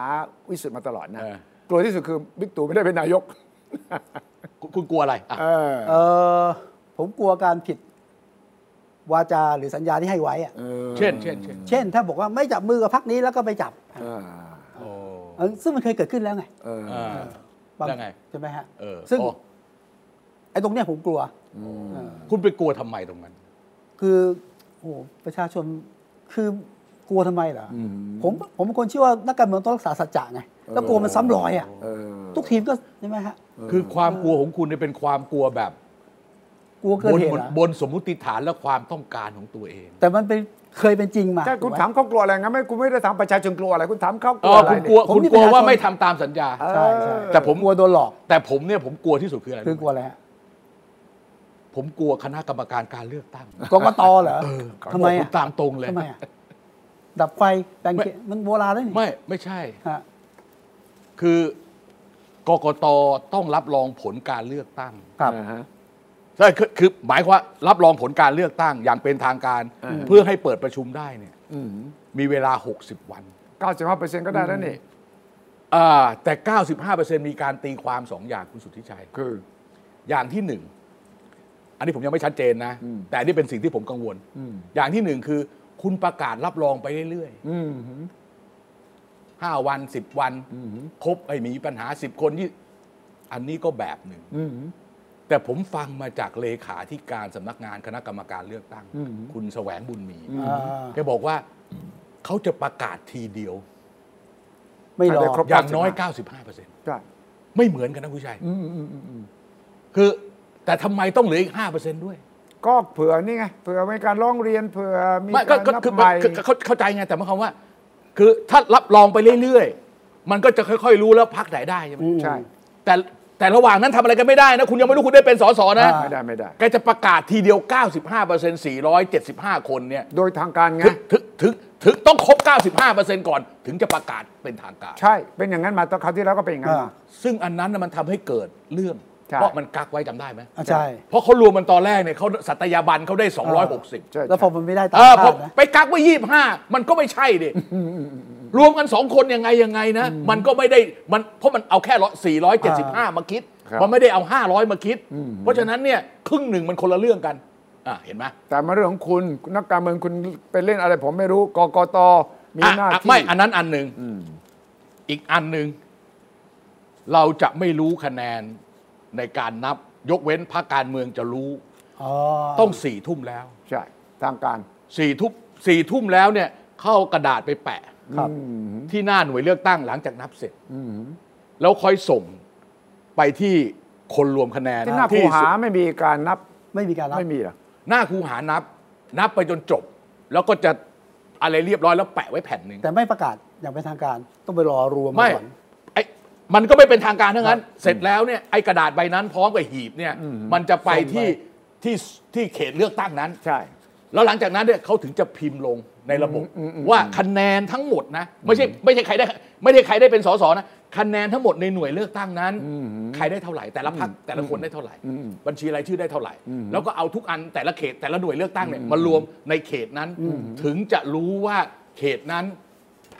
S3: วิสุทธ์มาตลอดนะ
S2: เออ
S3: กลัวที่สุดคือบิ๊กตู่ไม่ได้เป็นนายก
S2: คุณคุณกลัวอะไรอ่ะ
S3: เออ
S1: เออผมกลัวการผิด วาจาหรือสัญญาที่ให้ไว้อะ
S3: เออ
S2: เช่นเช่นเช่น
S1: เช่น ถ้าบอกว่าไม่จับมือกับพักนี้แล้วก็ไปจับ
S3: เออ
S1: เออซึ่งมันเคยเกิดขึ้นแล้วไง
S3: เออ
S2: อ่า
S1: บาง
S2: แล้วไง
S1: ใช่ไหมฮะ
S2: เออ
S1: ซึ่ง
S2: โอ้
S1: ไอ้ตรงเนี้ยผมกลัว
S2: คุณไปกลัวทำไมตรงนั้น
S1: คือโอ้โหประชาชนคือกลัวทำไมเหรออผมผมเป็นคนเชื่อว่านักการเมืองต้องรักษาสัจจะไงแล้วกลัวมันซ้ำรอยอ่ะ
S3: เออ
S1: ทุกทีมก็ใช่ไหมฮะ
S2: คือความกลัวของคุณเนี่ยเป็นความกลัวแบบ
S1: กลัวเกิน
S2: บน
S1: เหตุ
S2: บน
S1: เหรอบ
S2: นสมมุติฐานและความต้องการของตัวเอง
S1: แต่มันเป็นเคยเป็นจริงมา
S3: ถ้าคุณ
S1: ถูกไห
S3: ถามเขากลัวอะไรงั้นไม่คุณไม่ได้ถามประชาชนกลัวอะไรคุณถามเขาก
S2: อ๋
S3: ลั
S2: อ
S3: วอะไร
S2: คุณ
S3: เนี่
S2: ก
S3: ย
S2: ลัว
S1: ผม
S2: คุณ
S1: นี่
S2: กลัวว่า
S1: ประชาชน
S2: ไม่ทำตามสัญญา
S1: ใช่ใช่
S2: แต่ผม
S1: กลัวโดนหลอก
S2: แต่ผมเนี่ยผมกลัวที่สุดคืออะไร
S1: คือกลัวอะไรฮะ
S2: ผมกลัวคณะกรรมการการเลือกตั้ง
S1: กกตเหรอทำไม
S2: ผ
S1: อ่ะ
S2: มตามตรงเลย
S1: ทำไมอ่ะดับไฟแบ่งเขตมันโบราณแล้วนี่
S2: ไม่ไม่ใช่
S1: ฮะ
S2: คือกกตต้องรับรองผลการเลือกตั้ง
S1: ครับ
S3: อ่าฮะ
S2: ใช่คือคือหมายความว่ารับรองผลการเลือกตั้งอย่างเป็นทางการ
S3: อืม
S2: เพื่อให้เปิดประชุมได้เนี่ย
S3: อืม
S2: มีเวลา 60 วัน
S3: เก้าสิบห้าเปอร์เซ็นต์ก็ได้แล้วนี่
S2: อ่าแต่ 95%มีการตีความสองอย่างคุณสุทธิชัย
S3: คือ
S2: อย่างที่หนึ่ง อันนี้ผมยังไม่ชัดเจนนะ
S3: อืม
S2: แต่อันนี่เป็นสิ่งที่ผมกังวล
S3: อืม
S2: อย่างที่หนึ่งคือคุณประกาศรับรองไปเรื่อย
S3: อืม
S2: ๆห้าวันสิบวัน
S3: อืม
S2: ครบไอ้มีปัญหาสิบคนยี่อันนี้ก็แบบหนึ่ง
S3: อืม
S2: แต่ผมฟังมาจากเลขาธิการสำนักงานคณะกรรมการเลือกตั้ง
S3: อืม
S2: คุณแสวงบุญมี
S3: อืม
S1: อ่า
S2: แกบอกว่าเขาจะประกาศทีเดียว
S1: ไม่หลอ
S3: ได้ครบ
S1: ก
S2: อย่างน้อย 95%
S3: ใช่
S2: ไม่เหมือนกันนะคุณชัย
S3: อืมอืมอืมอืม
S2: คือแต่ทำไมต้องเหลืออีก 5%ด้วย
S3: ก็เผื่อนี่ไงเผื่อมีการร้องเรียนเผื่อมี
S2: ไม่
S3: กา
S2: ก็
S3: ร
S2: ก็
S3: นับ
S2: คือ
S3: ใหม่
S2: คือเข้าเข้าใจไงแต่หมายความว่า คือถ้ารับรองไปเรื่อยๆ มันก็จะค่อยๆ รู้แล้วพักไหนได้ใช่ไหม
S3: ใช่
S2: แต่แต่ระหว่างนั้นทำอะไรกันไม่ได้นะ คุณยังไม่รู้คุณได้เป็นสสนะ
S3: ไม่ได้ไม่ได้
S2: แกจะประกาศทีเดียว 95% 475 คนเนี่ย
S3: โดยทางการไง
S2: ถึงถึงถึงถึงต้องครบ 95%ก่อนถึงจะประกาศเป็นทางการ
S3: ใช่ เป็นอย่างนั้นมาตอนคราวที่แล้วก็เป็นอย่างนั้น
S1: อ่า
S3: มา
S2: ซึ่งอันนั้นน่ะมันทำให้เกิดเรื่อง
S3: ใช่
S2: เพราะมันกักไว้จำได้ไหม
S1: อ่ะใช่
S2: เพราะเขารวมมันตอนแรกเนี่ยเขาสัตยาบันเขาได้ 260
S3: ใช่
S1: แล้วพอมันไม่ได้ตาม
S2: เออ
S1: คา
S2: ผ
S1: ด
S2: ม
S1: นะ
S2: ไปกักไว้ยี่ห้ามันก็ไม่ใช่ดิรวมกันสองคนยังไงยังไงนะ มันก็ไม่ได้มันเพราะมันเอาแค่ร้อยสี่ร้อยเจ็ดสิบห้ามาคิด มันไม่ได้เอาห้าร้อยมาคิด เพราะฉะนั้นเนี่ยครึ่งหนึ่งมันคนละเรื่องกัน อ่ะเห็นไหม
S3: แต่มาเรื่องของคุณนักการเมืองคุณไปเล่นอะไรผมไม่รู้กกตมี
S2: อ่ะ
S3: หน้า
S2: อ่ะ
S3: ที่
S2: ไม่อันนั้นอันหนึ่งอีกอันหนึ่งเราจะไม่รู้คะแนนในการนับ ยกเว้นพรรคการเมืองจะรู้
S1: อ๋อ
S2: ต้องสี่ทุ่มแล้ว
S3: ใช่ทางการ
S2: สี่ทุ่มสี่ทุ่มแล้วเนี่ย เข้ากระดาษไปแปะ
S1: ครับ
S2: ที่หน้าหน่วยเลือกตั้งหลังจากนับเสร็จแล้วค่อยส่งไปที่คนรวมคะแนน
S3: ที่หน้าคูหาไม่มีการนับ
S1: ไม่มีการรับ
S3: ไม่มีเหรอ
S2: หน้าคูหานับ นับไปจนจบ แล้วก็จะอะไรเรียบร้อยแล้วแปะไว้แผ่นหนึ่ง
S1: แต่ไม่ประกาศอย่างเป็นทางการต้องไปรอรวม
S2: ไม่
S1: ก่อน
S2: ไอ้มันก็ไม่เป็นทางการทั้งนั้น เสร็จแล้วเนี่ยไอ้กระดาษใบนั้นพร้อมกับหีบเนี่ย มันจะไป
S1: ส่งไป
S2: ที่ที่ที่เขตเลือกตั้งนั้น
S3: ใช่
S2: แล้วหลังจากนั้นเนี่ยเขาถึงจะพิมพ์ลงในระบบ ว่าคะแนนทั้งหมดนะ ไม่ใช่ไม่ใช่ใครได้ ไม่ได้ใครได้เป็นสสนะ คะแนนทั้งหมดในหน่วยเลือกตั้งนั้น ใครได้เท่าไหร่แต่ละพรรคแต่ละคนได้เท่าไหร่ บัญชีรายชื่อได้เท่าไหร่ แล้วก็เอาทุกอันแต่ละเขตแต่ละหน่วยเลือกตั้งเนี่ยมารวมในเขตนั้น ถึงจะรู้ว่าเขตนั้น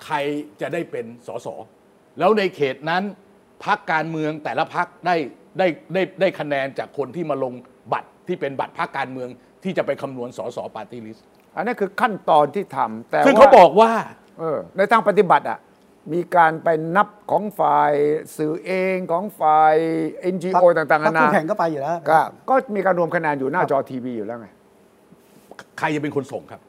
S2: ใครจะได้เป็นสสแล้วในเขตนั้นพรรคการเมืองแต่ละพรรคได้ได้ได้ได้คะแนนจากคนที่มาลงบัตรที่เป็นบัตรพรรคการเมืองที่จะไปคำนวณสสปาร์ตี้ลิส
S3: อันนี้คือขั้นตอนที่ทำแต่
S2: ซึ่ง
S3: ว่
S2: เขาบอกว่า
S3: เออในทางปฏิบัติอ่ะมีการไปนับของฝ่ายสื่อเองของฝ่าย NGO ต่างๆ
S1: พรค
S3: นารนา
S1: คู่แข่งก็ไปอยู่แล้ว
S3: ก็ก็มีการรวมคะแนนอยู่หน้าจอทีวีอยู่แล้วไง
S2: ใครจะเป็นคนส่งครับ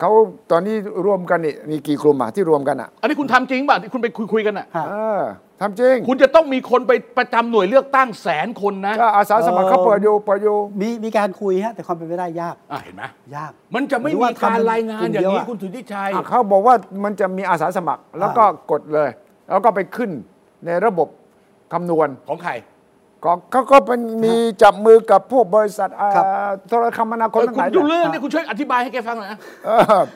S3: เขาตอนนี้รวมกันนี่มีกี่กลุ่มอ่ะที่รวมกันอ่ะ
S2: อันนี้คุณทำจริงป่ะที่คุณไปคุยคุยกันอ่ะ
S1: ครับ
S3: เออทำจริง
S2: คุณจะต้องมีคนไปประจำหน่วยเลือกตั้งแสนคนนะ
S3: ก็อาสาสมัครเขาเปิดอยู่เปิดอยู่
S1: มีมีการคุยฮะแต่ความเป็นไปได้ยาก
S2: อ่ะเห็นไหม
S1: ยาก
S2: มันจะไม่
S1: หรือ
S2: มี
S1: ว่า
S2: การ
S1: ทำ
S2: รายงานอย่า
S1: ค
S2: ง
S1: นเดี
S2: นี้
S1: ยวอะ
S2: คุณสุทธิชัย
S3: อ่ะเขาบอกว่ามันจะมีอาสาสมัครแล้วก็กดเลย แล้วก็ไปขึ้นในระบบคำนวณ
S2: ของใคร
S3: ของเขาก็เป็นมีจับมือกับพวกบริษัทอ่า
S1: ครับ
S3: โทรคมนาค
S2: เอ
S3: ม
S2: อ
S3: ทั้ง
S2: คุณ
S3: หลาย
S2: ดูเรื่อง
S3: นี่
S2: นี่คุณช่วยอธิบายให้แกฟังหน่อยนะ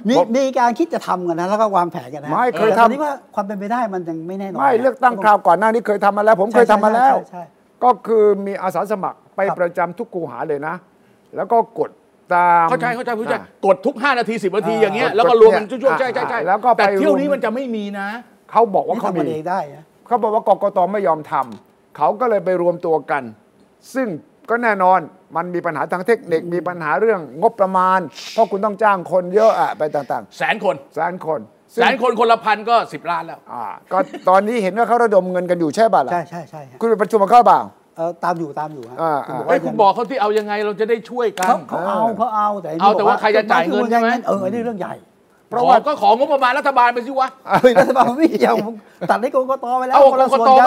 S1: มี
S3: ยผม
S1: มีการคิดจะทำกันนะแล้วก็วางแผนกันนะ
S3: ไม่เคย
S1: แต่ตอน
S3: ทำ
S1: นี้ว่าความเป็นไปได้มันยังไม่แน่นอน
S3: ไม่เลือกตั้งคราวก่อนหน้านี้เคยทำมาแล้ว ผมเคยทำมาแล้ว
S1: ใช่ใช่ใช่
S3: ก็คือมีอาสาสมัครไป
S1: ครับ
S3: ประจำทุกคูหาเลยนะ แล้วก็กดตาม
S2: เข้าใจเข้าใจเข้าใจ
S3: อ่ะ
S2: กดทุก 5 นาที 10 นาที
S1: อ่า
S2: อย่างเงี้ย
S3: กด
S2: แล้วก็รวมเป็นช่วงๆ
S3: เนี่ย
S2: ใช่ใช่ใช่
S3: อ่าแล้วก็ไป
S2: แต่เที่ยวนี้
S3: รวม
S2: มันจะไม่มีนะ
S3: เขาบอกว่า
S1: นี่
S3: เขา
S1: ทำกั
S3: มี
S1: นเองได้นะ
S3: เขาบอกว่ากกตไม่ยอมทำเขาก็เลยไปรวมตัวกัน ซึ่งก็แน่นอนมันมีปัญหาทางเทคนิคมีปัญหาเรื่องงบประมาณ เพราะคุณต้องจ้างคนเยอะอะไปต่าง
S2: แสนคน
S3: ๆแสนคน
S2: แสนคนคนละพันก็ 10 ล้านแล้ว
S3: อ่าก็ตอนนี้เห็นว่าเขาระดมเงินกันอยู่ใช่ป่ะล่ะ
S1: ใช่ใช่ใช่ฮะ
S3: คุณไปประชุมกับเขาเปล่า
S1: เออตามอยู่ตามอยู่ฮะ
S3: อ่า
S1: คุณบอก
S2: ไอ้
S1: ว่าย
S2: คุณบอกเขาที่เอายังไงเราจะได้ช่วยกัน
S1: เขาเขาเอาเขาเอาแต่
S2: เอาแต่ว่าใครจะจ่ายเงินใช่ไหม
S1: เอออันนี้เรื่องใหญ่
S2: เพราะว่าก็ของงบประมาณรัฐบาลไปสิวะ
S1: เฮ้ยรัฐบาลไม่เกี่ยวผมตัดให้กกตไปแล้ว
S2: เอา
S1: คน
S2: ก
S1: ละ
S2: ก
S1: ส่วน
S2: ต
S1: กั
S2: ก็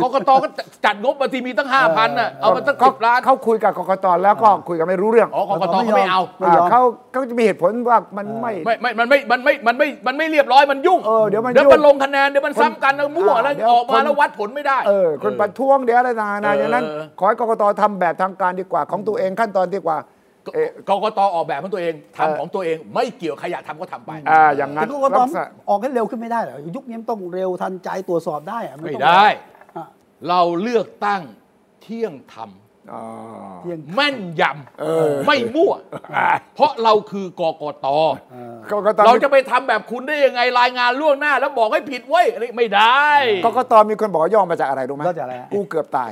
S1: น
S2: กกตก็จัดงบมาทีมีตั้งห้าพันน่ะเอามาตั้ง
S3: เขา
S2: สิบล้าน
S3: เขาคุยกับกกตแล้วก็คุยกันไม่รู้เรื่อง
S2: อ๋อกกตเขาไม่เอา
S1: ไม่ยอม
S3: อ่าเขาเขาจะมีเหตุผลว่ามันไม่
S2: ไม่ไม่มันไม่มันไม่มันไม่มันไม่เรียบร้อยมันยุ่ง
S3: เออเดี๋ยวมัน
S2: เดี๋ยวมัน
S3: ยุ่ง
S2: ลงคะแนนเดี๋ยวมันซ้ำกันแล้วมั่ว
S3: อ่า
S2: แล้ว
S3: เดี๋ยว
S2: ออก
S3: ค
S2: มาน แล้ววัดผลไม่ได้
S3: เออคนประท้วงเดี๋ยวอะไรต่างๆนานาอย่างนั้น
S2: เออ
S3: ขอให้กกตทำแบบทางการดีกว่าของตัวเองขั้นตอนดีกว่า
S2: ก็
S3: เอ่อ
S2: กกตออกแบบของตัวเองทำของตัวเองไม่เกี่ยวใครอยากทำก็ทำไป
S3: อ่าอย่างนั้
S1: แต่
S3: น
S1: กกต
S3: ลัษณะ
S1: ออกให้เร็วขึ้นไม่ได้เหรอยุคนี้มันต้องเร็วทันใจตรวจสอบได้อะน
S2: ไม่
S1: ต้อง
S2: ได้
S1: อ่ะ
S2: เราเลือกตั้งเที่ยงธรรม
S3: อ๋อ
S1: เที่ยง
S2: แม่นยำไม่มั่ว เพราะเราคือกกต
S3: กกต
S2: เราจะไปทำแบบคุณได้ยังไงรายงานล่วงหน้า แล้วบอกให้ผิดเว้ยอะไรไม่ได้
S3: กกตมีคนบอกว่าย่อมาจากอะไรรู้ไหม
S1: ย่อจากอะไรฮะ
S3: กูเกือบตาย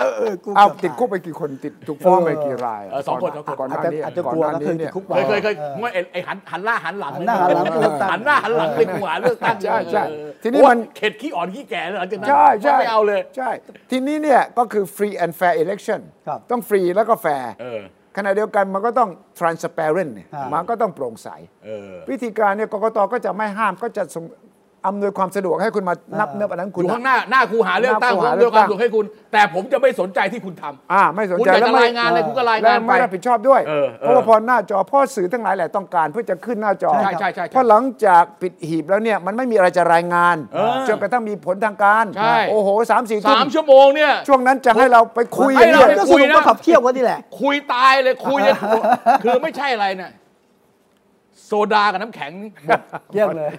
S1: เออเออกู
S3: เอาว
S1: เบ
S3: ติดคุกไปกี่คนติดถูกฟ้องไปกี่ราย
S2: เออสองคนสองคน
S3: ก่อนห
S1: อาจ
S3: น้า
S1: จะ
S3: นี้
S1: อาจจะกลัว
S3: อนห
S1: นะ
S3: น้า
S1: เคยติ
S3: นี้
S1: ดคุก
S2: เคยเคย
S1: บ
S2: เค
S1: ่
S2: ยงไอ้ไอ้หันหันหน้าหันหลัง
S1: หันหน้าหันหลังเลือกตั้ง
S2: หันหน้าหันหลังเลยกูหาเลือกตั้ง
S3: ใช่ใช่ทีนี้
S2: โอ้ย
S3: มัน
S2: เข็ดขี้อ่อนขี้แก่เลยหลังจากนั้น
S3: ใช่ใช่
S2: ไม่เอาเลย
S3: ใช่ ทีนี้เนี่ยก็คือ free and fair election
S1: ครับ
S3: ต้องฟรีแล้วก็แฟร์
S2: เออ
S3: ขณะเดียวกันมันก็ต้อง transparent เนี่ย
S1: อ่ามั
S3: มันก็ต้องโปร่งใส
S2: เออ
S3: วิธีการเนี่ยกกตก็จะไม่ห้ามก็จะส่งอำนวยความสะดวกให้คุณมานับเนื้ออันนั้น
S2: อ
S3: คุณ
S2: ยู่ข้างหน้าหน้าคูหาเลือกตั้ง
S3: ห
S2: ผม
S3: น้าคูหาเลื
S2: ด้ว
S3: อย ก
S2: ค
S3: ตั้
S2: วาม
S3: ง
S2: สุขให้คุณ แต่ผมจะไม่สนใจที่คุณทำ
S3: อ่าไม่สน
S2: คุณ
S3: ใจ
S2: อยาก
S3: แล้ว
S2: จะ
S3: ไม่
S2: รายงานอะไรคุณก็ราย
S3: และ
S2: งานไป
S3: ไม่รับผิดชอบด้วย
S2: เออเออ
S3: ราะว่าพอหน้าจอเพ่อสื่อทั้งหลายแหละต้องการเพื่อจะขึ้นหน้าจอ
S2: ใช่ใช่ใช่ใช่
S3: เพราะหลังจากปิดหีบแล้วเนี่ยมันไม่มีอะไรจะรายงาน
S2: เออ
S3: จนกระทั่งมีผลทางการ
S2: ใช่
S3: โอ้โหสามสี่ทุ่
S2: สาม
S3: ม
S2: ชั่วโมงเนี่ย
S3: ช่วงนั้นจะให้เราไปคุย
S2: ให้เรา
S3: อย่าง
S1: ก็
S3: เดียว
S1: ส
S2: คุย
S1: รุป
S2: นะ
S1: ว่าขับเที่ยวกันนี่แหละ
S2: คุยตายเลยคุยจนคือไม่ใช่อะไรเนี่ยโซดากับ น้ำแข็งหมด
S1: เที่ยงเลย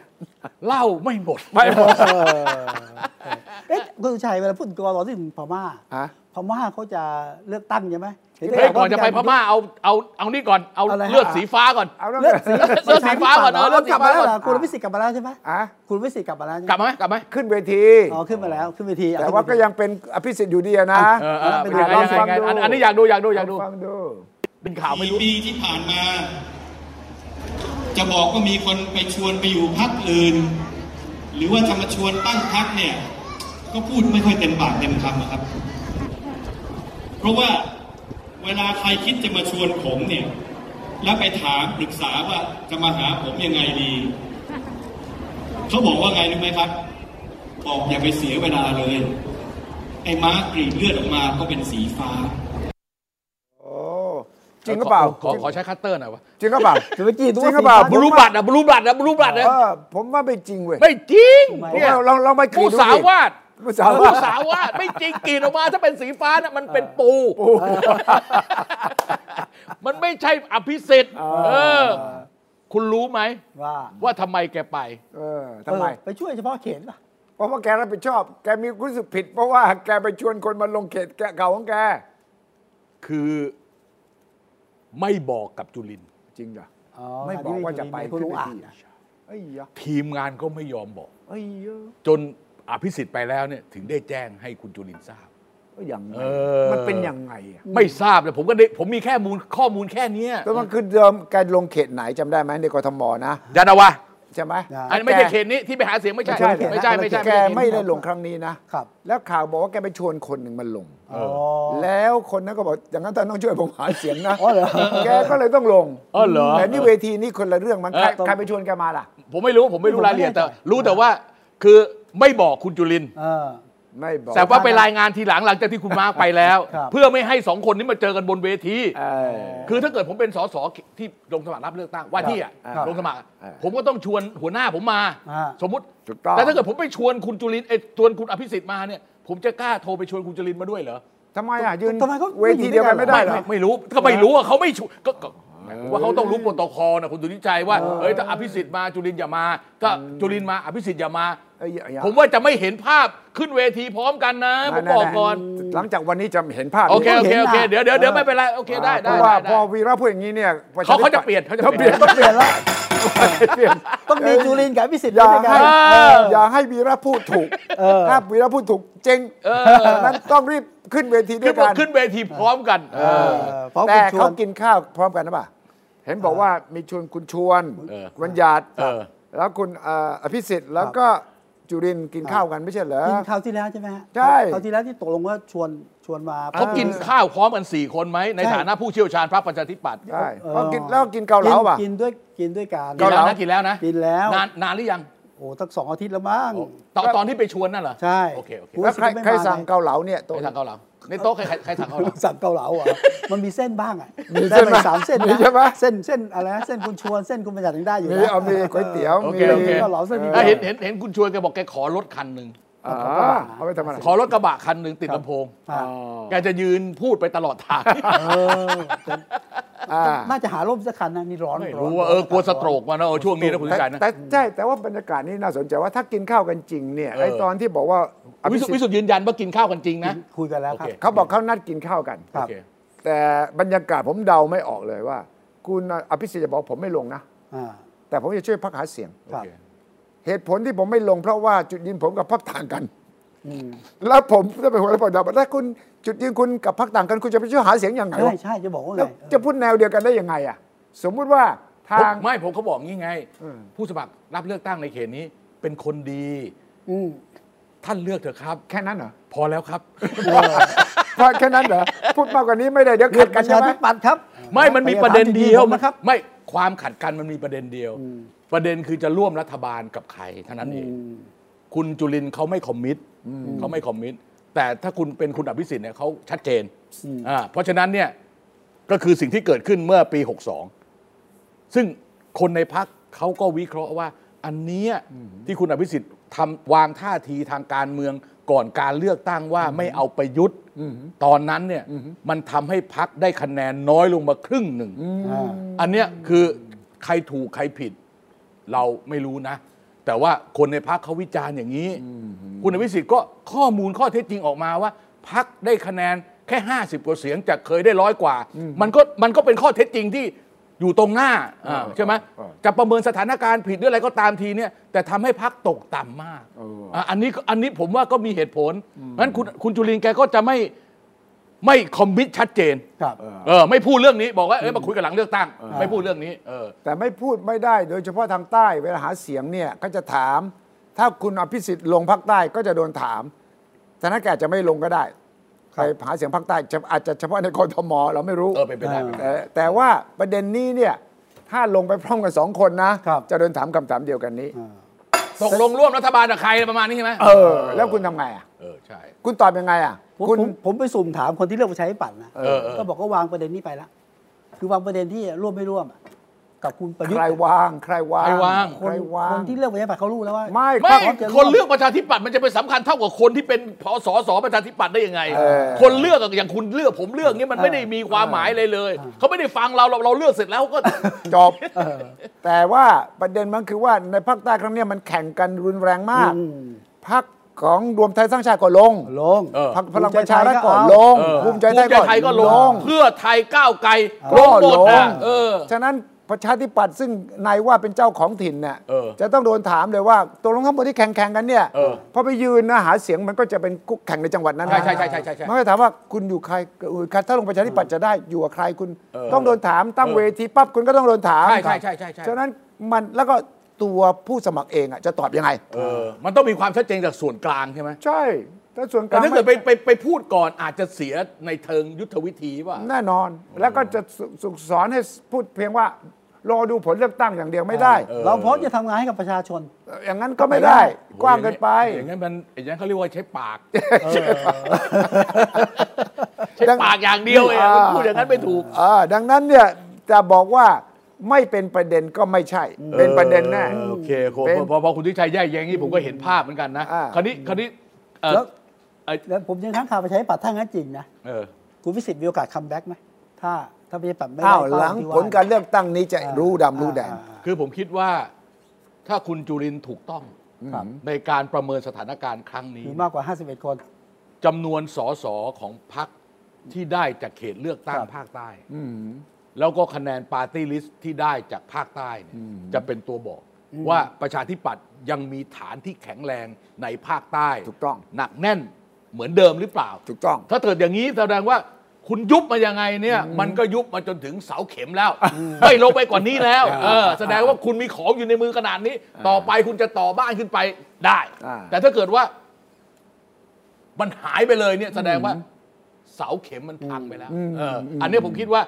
S2: เหล้าไม่หมด
S1: เออ เอ๊ะคุณสุชัยเวลาพูดถึงกรอที่ถึงพม่า
S3: ฮะ
S1: พม่าเขาจะเลือกตั้งใช่ไหมเห็นได้
S2: เฮ้ย
S1: ข่าว
S2: ก่อน
S1: ว่
S2: จะไปพม่าเอาเอาเอานี่ก่อนเอา
S1: อะไรฮะ
S2: เลือดสีฟ้าก่อน
S3: เอาแล้ว
S1: เลือกสี
S2: เลือกสีฟ้าก่อนเออเลือก
S1: ก
S2: สี
S1: ลับ
S2: ฟ้า
S1: มาแล้ว
S2: ก่อน
S1: เหรอคุณวิสิทธิ์กลับมาแล้วใช่ไหม
S3: อ่ะ
S1: คุณวิสิทธิ์กลับมาแล้วใช่ไหม
S2: กลับมาไหมกลับมาไหม
S3: ขึ้นเวที
S1: อ๋อขึ้นมาแล้วขึ้นเวทีอ่ะ
S3: แต่ว่า
S1: ขึ้น
S3: ก็
S1: เที
S3: ยังเป็นอภิสิทธิ์อยู่ดีอะนะ
S2: เออเออ
S1: เป็
S2: เป็นน
S1: ไง
S2: ยังไงยังไงยังไงอันอันนี้อยากดูอยากดูอยากดู
S3: ฟังดู
S2: เป็นข่าวไม่รู้
S5: ปีที่ผ่านมา จะบอกว่ามีคนไปชวนไปอยู่พักอื่น หรือว่าจะมาชวนตั้งพักเนี่ย ก็พูดไม่ค่อยเต็มปากเต็มคำนะครับ เพราะว่าเวลาใครคิดจะมาชวนผมเนี่ย แล้วไปถามปรึกษาว่าจะมาหาผมยังไงดีเขาบอกว่าไงรู้ไหมครับ บอกอย่าไปเสียเวลาเลย ไอ้ม้ากรีดเลือดออกมาก็เป็นสีฟ้า
S3: โอ้ จริงก็เปล่า
S2: ขอขอใช้คัตเตอร์หน่อยวะ
S3: จริงก็เปล่า
S1: คือเมื่อกี้ดู
S3: จริ
S1: ว่าง
S3: หรือเปล่า
S1: สีฟ้า
S2: บลูบัตนะบลูบัตนะบลูบัตนะ
S3: เออผมว่าไม่จริงเว้ย
S2: ไม่จริง
S1: ทำไม
S2: เนี่ย
S3: เราเราเราไม่กรี
S2: ผู้
S3: ดดู
S2: สาววาด
S3: ผู้สาว
S2: ผู้
S3: วาด
S2: สาววาดไม่จริงกรีดออกมาถ้าเป็นสีฟ้าน่ะมันเป็นปู มันไม่ใช่อภิสิทธิ์เออ คุณรู้ไหม
S1: ว่า
S2: ว่าทำไมแกไป
S3: เออทำไม
S1: เออไปช่วยเฉพาะเขตป่ะ
S3: เพราะว่าแกรับผิดชอบ แกมีรู้สึกผิด เพราะว่าแกไปชวนคนมาลงเขตแกเก่าของแก
S2: คือไม่บอกกับจุลินทร์
S3: จริงเหรอ
S1: อ๋อ
S3: ไม่บอกว่าจะไป
S1: คุณลุงอ่ะ
S3: ขึ้นเวทีอะเอ้ยยะ
S2: ทีมงานก็ไม่ยอมบอก
S3: เอ้ยยะ
S2: จนอภิสิทธิ์ไปแล้วเนี่ย ถึงได้แจ้งให้คุณจุลินทร์ทราบ
S3: เอ้ยอย่างไง
S2: เออ
S3: มันเป็นอย่างไงอะ
S2: ไม่ทราบเลยผมก็ได้ผมมีแค่มูลข้อมูลแค่เนี้ย
S3: แล้วมันคือเดิมแกลงเขตไหนจำได้ไหมในกทมนะ
S2: ยานาวา
S3: ใช่ไหม
S1: อ่า
S2: อันนี้ไม่ใช่เขตนี้ที่ไปหาเสียงไม่ใช่
S3: ไม่
S2: ไม่
S3: ใช่
S2: ใช่
S3: นะ
S2: ไม่ใช่
S3: แก
S2: ไม่
S3: ไม่
S2: ใช่
S3: ได้ลงครั้งนี้นะครับ แล้วข่าวบอกว่าแกไปชวนคนหนึ่งมาลง
S1: อ๋อ
S3: แล้วคนนั้นก็บอกอย่างนั้นท่านต้องช่วยผมหาเสียงนะ
S1: อ๋อเหรอ
S3: แกก็เลยต้องลง
S2: อ๋อเหรอ
S3: แต่นี่เวทีนี่คนละเรื่องมัน
S2: เออ
S3: ใครใครไปชวนแกมาล่ะ
S2: ผมไม่รู้ผมไม่รู้รายละเอียดแต่
S1: ผมไม่แน่ใจ
S2: รู้แต่ว่าคือไม่บอกคุณจุลินทร์
S1: เออ
S3: ไม่บอก
S2: แต่ว่าไปรายงานทีหลังหลังจากที่คุณมาร์กไปแล้ว
S1: ครับ
S2: เพื่อไม่ให้สองคนนี้มาเจอกันบนเวที
S3: เออ
S2: คือถ้าเกิดผมเป็นสสที่ลงสมัครรับเลือกตั้งว่าที่อ่ะ
S3: ครับ
S2: ลงสมัครอะ
S3: เออ
S2: ผมก็ต้องชวนหัวหน้าผมมา
S1: อ่า
S2: สมมติ
S3: ถูกต้อง
S2: แต่ถ้าเกิดผมไปชวนคุณจุลินเอยชวนคุณอภิสิทธิ์มาเนี่ย ผมจะกล้าโทรไปชวนคุณจุลินมาด้วยเหรอ
S3: ทำไมอ่ะยืน
S1: ทำไมเขา
S3: เวทีเดียวกันไม่ได้เหรอ
S2: ไม่ไม่รู้ก็ไม่รู้อ่ะเขาไม่ชวนก็ก็ว่าเขาต้องรู้โปรโตคอลนะคุณสุนิชัยว่าเอ้ยถ้าอภิสิทธิ์มาจุลินอย่ามาถ้าจุลินมาอภิสิทธิ์อย่ามา
S3: เอ้ยอย่าอย่า
S2: ผมว่าจะไม่เห็นภาพขึ้นเวทีพร้อมกันนะผมบอกก่อน
S3: หลังจากวันนี้จะเห็นภาพ
S2: โอเคโอเค
S1: เห็น
S2: โอเค
S1: นะ
S2: เดี๋ยวเดี๋ยวเดี๋ยวไม่เป็นไรโอเคได้
S3: เพ
S2: ได้
S3: ราะว่า
S2: ได้
S3: พอวีระพูดอย่างนี้เนี่ยปรช
S2: เขา
S3: ธิ
S2: เขาจะ
S3: ปัตย์
S2: เปลี่ยนเขาจะ
S3: เขา
S2: เป
S3: เป
S2: ลี่
S3: ลี่
S2: ย
S3: ย
S2: น
S3: น
S1: ต้องเปลี่ยนละ
S3: เปลี่ยน
S1: ต้องมีจุลินกับพิสิทธิ์
S3: อ
S1: ด้
S3: ย่า
S1: วยกั
S3: ให้
S1: น
S3: อย่าให้วีระพูดถูก ถ้าวีระพูดถูกเจ๊งนั้นต้องรีบขึ้นเวทีด้ว
S2: ขึ้
S3: ย
S2: น
S3: กัน
S2: ขึ้นเวทีพร้อมกัน
S1: เออพร้อม
S3: แต่
S1: คุณชว
S3: เขา
S1: น
S3: กินข้าวพร้อมกันนะป่ะ เห็นบอกว่ามีชวนคุณชวนคุณบรรยาต
S2: เออ
S3: แล้วคุณเอ่ออภิสิทธิ์แล้วก็จุรินทร์กินข้าวกันไม่ใช่เหรอ
S1: กินคราวที่แล้วใช่ไหมฮะ
S3: ใช่
S1: คราวที่แล้วที่ตกลงว่าชวนชวนมา
S2: เขากินข้าวพร้อมกัน 4 คนไหม ใน
S1: ใช่
S2: ฐานะผู้เชี่ยวชาญพรรคประชาธิปัตย์
S3: ใช่
S1: เออ
S3: ก็กินแล้วกินเกาเหลาป่ะ
S1: กินด้วยกินด้วยกัน
S2: กินแล้วนะกินแล้วนะ
S1: กินแล้ว
S2: นานนานหรือยัง
S1: โอ้ตั้งสองอาทิตย์แล้วมั้ง
S2: ตอนตอนที่ไปชวนนั่นเหรอ
S1: ใช่
S2: โอเคโอเค
S3: แล้วใคร
S1: ไม่มา
S3: ใครสั่งเกาเหลาเนี่ย
S2: ใค
S3: โต๊ะ
S2: รสั่งเกาเหลาในโต๊ะใครใครใครสั่งเกาเหลา
S1: สั่งเกาเหลาอ่ะ มันมีเส้นบ้างอ่ะ
S3: มีเส้น
S1: ได้
S3: ไหม
S1: ปสามเส้น
S3: มี
S1: นะ
S3: ใช่ไหม
S1: เส้นเส้นอะไรนะเส้นคุณชวนเส้นคุณประหยัดยังได้อยู่
S3: มี
S1: นะ
S3: เอามีก๋วยเตี๋ยว
S2: โอ
S3: มี
S2: เคโอเค
S1: เกาเหลาเส้นเดียว
S2: แล้วเห็นเห็นเห็นคุณชวนแกบอกแกขอรถคันหนึ่ง
S3: อ่าเอาไปทำอะไร
S2: ขอรถกระบะคันหนึ่งติดลำโพง
S1: อ่ะ
S2: แกจะยืนพูดไปตลอดทาง
S1: เออ
S3: อ่า
S1: น่าจะหาร่มสักคันนะนี่ร้อน
S2: ไม่รู้ว่าเออกลัวสโตรกมานะเออช่วงนี้นะคุณ
S3: แต่
S2: กายนะ
S3: แต่ใช่แต่ว่าบรรยากาศนี่น่าสนใจว่าถ้ากินข้าวกันจริงเนี่ย
S2: เออ
S3: ไอตอนที่บอกว่าอ
S2: วิ
S3: ภิ
S2: สุท
S3: สิ
S2: ธิ์วิ
S3: ทธิ์
S2: สุทธิ์ยืนยันว่ากินข้าวกันจริงนะ
S1: คุยกันแล้วครับ
S2: โอเค
S3: เขาบอกเขานัดกินข้าวกัน
S1: ครับ
S2: โอเค
S3: แต่บรรยากาศผมเดาไม่ออกเลยว่า คุณอภิสิทธิ์จะบอกผมไม่ลงนะ
S1: อ่า
S3: แต่ผมจะช่วยพักหาเสียง
S1: ครับ
S2: โอเค
S3: เหตุผลที่ผมไม่ลงเพราะว่าจุดยืนผมกับพักต่างกันแล้วผมจะไปหัวเราะดาว่าถ้าคุณจุดยืนคุณกับพักต่างกันคุณจะไปช่วยหาเสียงอย่างไร
S1: ใช่
S3: วะ
S1: ใช่จะบอกว่าไง
S3: แล้วจะพูดแนวเดียวกันได้ยังไงอ่ะสมมุติว่าทาง
S2: ผมไม่ผมเขาบอกงี้ไง
S3: เออ
S2: ผู้สมัครรับเลือกตั้งในเขตนี้ เป็นคนดี
S1: อืม
S2: ท่านเลือกเถอะครับ
S3: แค่นั้นเหรอ
S2: พอแล้วครับ
S3: พอแค่นั้นเหรอพูดมากกว่านี้ไม่ได้เดี๋ยวขัด
S1: ป
S3: กัน
S1: ระ
S3: ใช่
S1: ชา
S3: ไหม
S1: ธิปัตย์ครับ
S2: ไม่มันมีประเด็นเดียว
S1: นะครับ
S2: ไม่ความขัดกันมันมีประเด็นเดียว ประเด็นคือจะร่วมรัฐบาลกับใครเท่านั้นเอง คุณจุลินทร์เขาไม่คอมมิตเขาไม่คอมมิตแต่ถ้าคุณเป็นคุณอภิสิทธิ์เนี่ยเขาชัดเจนอ่าเพราะฉะนั้นเนี่ยก็คือสิ่งที่เกิดขึ้นเมื่อปี 62 ซึ่งคนในพักเขาก็วิเคราะห์ว่า อันเนี้ยที่คุณอภิสิทธิ์ทำวางท่าทีทางการเมืองก่อนการเลือกตั้งว่าไม่เอาประยุทธ์ตอนนั้นเนี่ยมันทำให้พักได้คะแนนน้อยลงมาครึ่งหนึ่ง อันเนี้ยคือใครถูกใครผิด เราไม่รู้นะ แต่ว่าคนในพักเขาวิจารณ์อย่างนี้ คุณอภิสิทธิ์ก็ข้อมูลข้อเท็จจริงออกมาว่าพักได้คะแนนแค่ 50 กว่าเสียงจากเคยได้ร้อยกว่า มันก็มันก็เป็นข้อเท็จจริงที่อยู่ตรงหน้าอ่าใช่ไหม
S3: เออ
S2: จะประเมินสถานการณ์ผิดหรืออะไรก็ตามทีเนี่ยแต่ทำให้พักตกต่ำมาก
S3: เออ
S2: ะอันนี้ก็อันนี้ผมว่าก็มีเหตุผลงั้นคุณคุณจุลินทร์แกก็จะไม่ไม่คอมมิตชัดเจน
S1: ครับ
S2: เออไม่พูดเรื่องนี้บอกว่าเอ้ยมาคุยกันหลังเลือกตั้ง ไม่พูดเรื่องนี้เออ
S3: แต่ไม่พูดไม่ได้โดยเฉพาะทางใต้เวลาหาเสียงเนี่ยก็จะถาม ถ้าคุณอภิสิทธิ์ลงภาคใต้ก็จะโดนถามธนแกอาจจะไม่ลงก็ได้
S1: ค
S3: ไป
S1: รับ
S3: หาเสียงภาคใต้จะอาจจะเฉพาะในกรทมเราไม่รู้
S2: เออเป็นไปได้เป็นไปได้
S3: แต่แต่ว่าประเด็นนี้เนี่ยถ้าลงไปพร้อมกันสองคนนะ
S1: ครับ
S3: จะโดนถามคำถามเดียวกันนี้
S2: ตกลงร่วมรัฐบาลกับใครประมาณนี้ใช่ไหม
S3: เออ แล้วคุณทำไงอ่ะ
S2: เออใช่
S3: คุณตอบยังไงอ่ะ
S1: ผม
S3: คุณ
S1: ผมผมไปสุ่มถามคนที่เลือกประชาธิปัตย์นะ
S2: เออเออ
S1: ก็บอกก็วางประเด็นนี้ไปละคือวางประเด็นที่ร่วมไม่ร่วมอะกับคุณประยุท
S3: ใค
S1: ธ์
S3: ร
S1: อะ
S3: วาง ใครวาง
S2: ใครวาง
S1: คน
S3: ใครวาง
S1: คนที่เลือกประชาธิปัตย์เขารู้แล้วว่า
S3: ไม่
S2: ไม่
S3: รับ
S2: คนเลือกประชาธิปัตย์มันจะไปสำคัญเท่ากับคนที่เป็นพสสประชาธิปัตย์ได้ยังไง
S3: เออ
S2: คนเลือกกับอย่างคุณเลือกผมเลือกเนี่ยมันไม่ได้มีความหมายเลยเลย เขาไม่ได้ฟังเราเราเราเลือกเสร็จแล้วก็
S3: จบแต่ว่าประเด็นมันคือว่าในภาคใต้ครั้งเนี้ยมันแข่งกันรุนแรงมาก
S1: อืม
S3: พักของรวมไทยสร้างชาติก็ลง
S1: ลง
S2: เออ
S3: พักพลังประชารัฐก็ลง
S2: เออ
S3: ภูมิใจไทยก็
S2: ไทยก็ลง เพื่อไทยก้าวไกลล
S3: ก็
S2: งหม
S3: ล
S2: ด
S3: ง
S2: อ่ะเออ
S3: ฉะนั้นประชาธิปัตย์ซึ่งนายว่าเป็นเจ้าของถิ่นเนี่ย
S2: เออ
S3: จะต้องโดนถามเลยว่าตกลงทั้งหมดที่แข่งแข่งๆกันเนี่ย
S2: เออ
S3: พอไปยืนนะหาเสียงมันก็จะเป็นกุ๊กแข่งในจังหวัดนั้นนะ
S2: ใช่ใช่ใช่ใช่ใช่
S3: มันก็ถามว่าคุณอยู่ใครอยู่ใครถ้าลงประชาธิปัตย์จะได้อยู่กับใครคุณ
S2: เออ
S3: ต้องโดนถามตั้ง
S2: เออ
S3: เวทีปั๊บคุณก็ต้องโดนถาม
S2: ใช่ใช่ใช่ใช่ใช่
S3: ฉะนั้นมันแล้วก็ตัวผู้สมัครเองอ่ะจะตอบยังไง
S2: เออ มันต้องมีความชัดเจนจากส่วนกลางใช่ไหม
S3: ใช่ถ้าส่วนก
S2: แต่
S3: ลาง
S2: ถ้าเกิดไปไปไปพูดก่อนอาจจะเสียในเทิงยุทธวิธีป่ะ
S3: แน่นอน แล้วก็จะสสุสอนให้พูดเพียงว่า รอดูผลเลือกตั้งอย่างเดียวไม่ได้
S2: เออ
S1: เราพร้อมจะทำงานให้กับประชาชน
S3: อย่างนั้นก็ไม่ได้กว้างเกินไป
S2: อย่างนั้นมันอย่างนั้นเขาเรียกว่าใช้ปาก ใช้ปากอย่างเดียวเอง
S3: อ่า
S2: มันพูดอย่างนั้นไม่ถูก
S3: เออดังนั้นเนี่ยจะบอกว่าไม่เป็นประเด็นก็ไม่ใช่ เป็นประเด็นแน่
S2: ออโอเคโค
S3: เป็น
S2: พอพอคุณทิชัยแยกแยะอย่างนี้ผมก็เห็นภาพเหมือนกันนะ
S3: อ่า
S2: คราวนี้คราวนี้เออ
S1: แล้ว
S2: ไอ้
S1: แล้วผมยังค้างคาประชาธิปัตย์ถ้างั้นจริงนะ
S2: เออ
S1: คุณวิสิทธิ์มีโอกาสคัมแบ็กไหมถ้าถ้าประชาธิปัตย์ไม่ได้
S3: อ้าว
S1: เป้
S3: หลัง
S1: ที่
S3: ผลการเลือกตั้งนี้จะรู้ดำรู้แดง
S1: อ่าอ่า
S2: คือผมคิดว่าถ้าคุณจุรินทร์ถูกต้อง
S1: ครับ
S2: ในการประเมินสถานการณ์ครั้งนี้
S1: มีมากกว่า 51 คน
S2: จำนวนสสของพรรคที่ได้จากเขตเลือกตั้ง
S1: ครับ
S2: ภาคใต้แล้วก็คะแนนปาร์ตี้ลิสต์ที่ได้จากภาคใต้เนี่ยจะเป็นตัวบอก ว่าประชาธิปัตย์ยังมีฐานที่แข็งแรงในภาคใต้
S3: ถูกต้อง
S2: หนักแน่นเหมือนเดิมหรือเปล่า
S3: ถูกต้อง
S2: ถ้าเกิดอย่างนี้แสดงว่าคุณยุบมายังไงเนี่ย มันก็ยุบมาจนถึงเสาเข็มแล้ว ไม่ลงไปกว่านี้แล้ว เออแสดงว่าคุณมีของอยู่ในมือขนาดนี้ ต่อไปคุณจะต่อบ้านขึ้นไปได้
S3: อ่า
S2: แต่ถ้าเกิดว่า มันหายไปเลยเนี่ย แสดงว่าเสาเข็มมันพังไปแล้วเออออันนี้ผมคิดว่า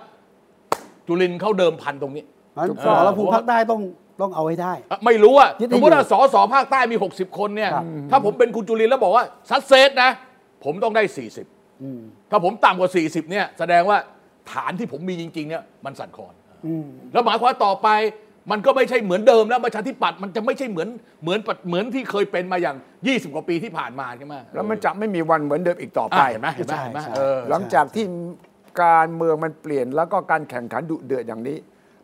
S2: จุลินทร์เข้าเดิมพันตรงนี้
S1: มัน
S3: ถูก
S1: ส
S3: ต้อง
S1: อรภูมิพักได้ต้องต้องเอาให้ได้
S2: อ่ะไม่รู้อ่ะ
S1: ยึดให้
S2: สมมติว่าสอสอภาคใต้มี 60 คนเนี่ย
S1: ครับ
S2: ถ้าผมเป็นคุณจุลินทร์แล้วบอกว่าซัดเซตนะ ผมต้องได้
S1: อืม
S2: 40 ถ้าผมต่ำกว่า 40 เนี่ย แสดงว่าฐานที่ผมมีจริง ๆ เนี่ย มันสั่นคลอน
S1: อืม
S2: แล้วหมายความว่าต่อไปมันก็ไม่ใช่เหมือนเดิมแล้วประชาธิปัตย์มันจะไม่ใช่เหมือนเหมือนเหมือนที่เคยเป็นมาอย่าง 20 กว่าปีที่ผ่านมาใช่ไหม
S3: แล้วมันจะไม่มีวันเหมือนเดิมอีกต่อไป
S2: อ่ะเห็นไหมเห็นไหมเห็นไหม
S1: ใช่ใช่
S2: เออ
S3: หลังจากที่การเมืองมันเปลี่ยนแล้วก็การแข่งขันดุเดือดอย่างนี้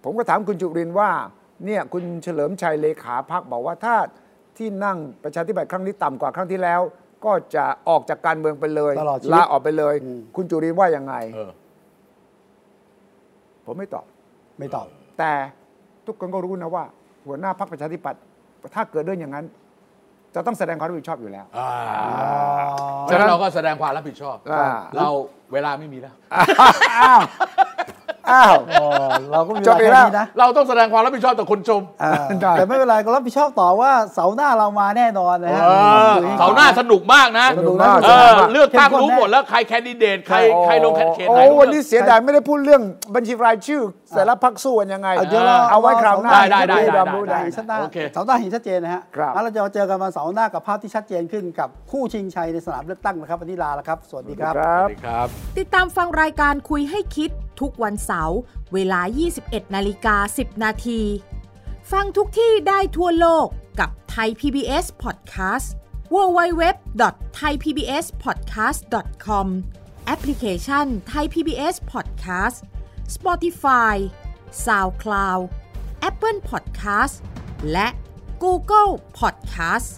S3: ผมก็ถามคุณจุรินทร์ว่าเนี่ยคุณเฉลิมชัยเลขาพักบอกว่าถ้าที่นั่งประชาธิปัตย์ครั้งนี้ต่ำกว่าครั้งที่แล้ว ก็จะออกจากการเมืองไปเลย
S1: ตลอดชีวิต
S3: ออกไปเลย คุณจุรินทร์ว่ายังไง
S2: เออ
S3: ผมไม่ตอบ
S1: ไม่ตอบ
S3: แต่ทุกคนก็รู้นะว่า หัวหน้าพักประชาธิปัตย์ถ้าเกิดเรื่องอย่างนั้น จะต้องแสดงความรับผิดชอบอยู่แล้ว
S2: อ่าเพราะ
S3: ฉะ
S2: ฉะ
S3: นั้
S2: นั้น นเราก็แสดงความรับผิดชอบ
S3: อ่า
S2: เราเวลาไม่มีแล้ว
S3: อ้าวอ้าว
S1: อ๋อเราก็มี
S3: จบ
S1: เวลา
S3: อีก
S1: แค่นี้
S3: แล้ว
S1: นะ
S2: เราต้องแสดงความรับผิดชอบต่อคนชม
S1: อ่าแต่ไม่เป็นไรก็รับผิดชอบต่อว่าเสาร์หน้าเรามาแน่นอนนะฮะ
S2: เออ
S1: ดูให้
S2: เสาร์หน้าสนุกมากนะ
S1: ดูนะ
S3: สนุกมาก
S2: เออเลือกตั้ง
S1: ข้มข้น
S2: รู้หมด
S1: น่
S2: แล้วใครแคนดิเดตใครใครลงแคนเขต
S3: โอ้
S2: ไหน
S3: วันนี้เสียดายไม่ได้พูดเรื่องบัญชีรายชื่อแต่ละพักสู้กันยังไง
S1: เอาเดี๋ยวเรา
S3: เอาไว้คราวหน้า
S2: ได้ได้ได้ได้
S3: รู้
S2: ได้
S3: ได้
S1: เห็นชัดหน้า
S2: โอเค
S1: เสาร์หน้าเห็นชัดเจนนะฮะ
S3: ครับ
S1: แล้วเราจะมาเจอกันวันเสาร์หน้ากับภาพที่ชัดเจนขึ้นกับคู่ชิงชัยในสนามเลือกตั้งนะครับวันนี้ลาแล้วครับ สวัสดีครับ
S3: ครับ
S2: ครับ
S6: ติดตามฟังรายการคุยให้คิดทุกวันเสาร์เวลา 21 นาฬิกา 10 นาที ฟังทุกที่ได้ทั่วโลกกับ t h a i PBS Podcast www.thaipbspodcast.com แอปพลิเคชัน t h a i PBS Podcast Spotify SoundCloud Apple Podcast และ Google Podcast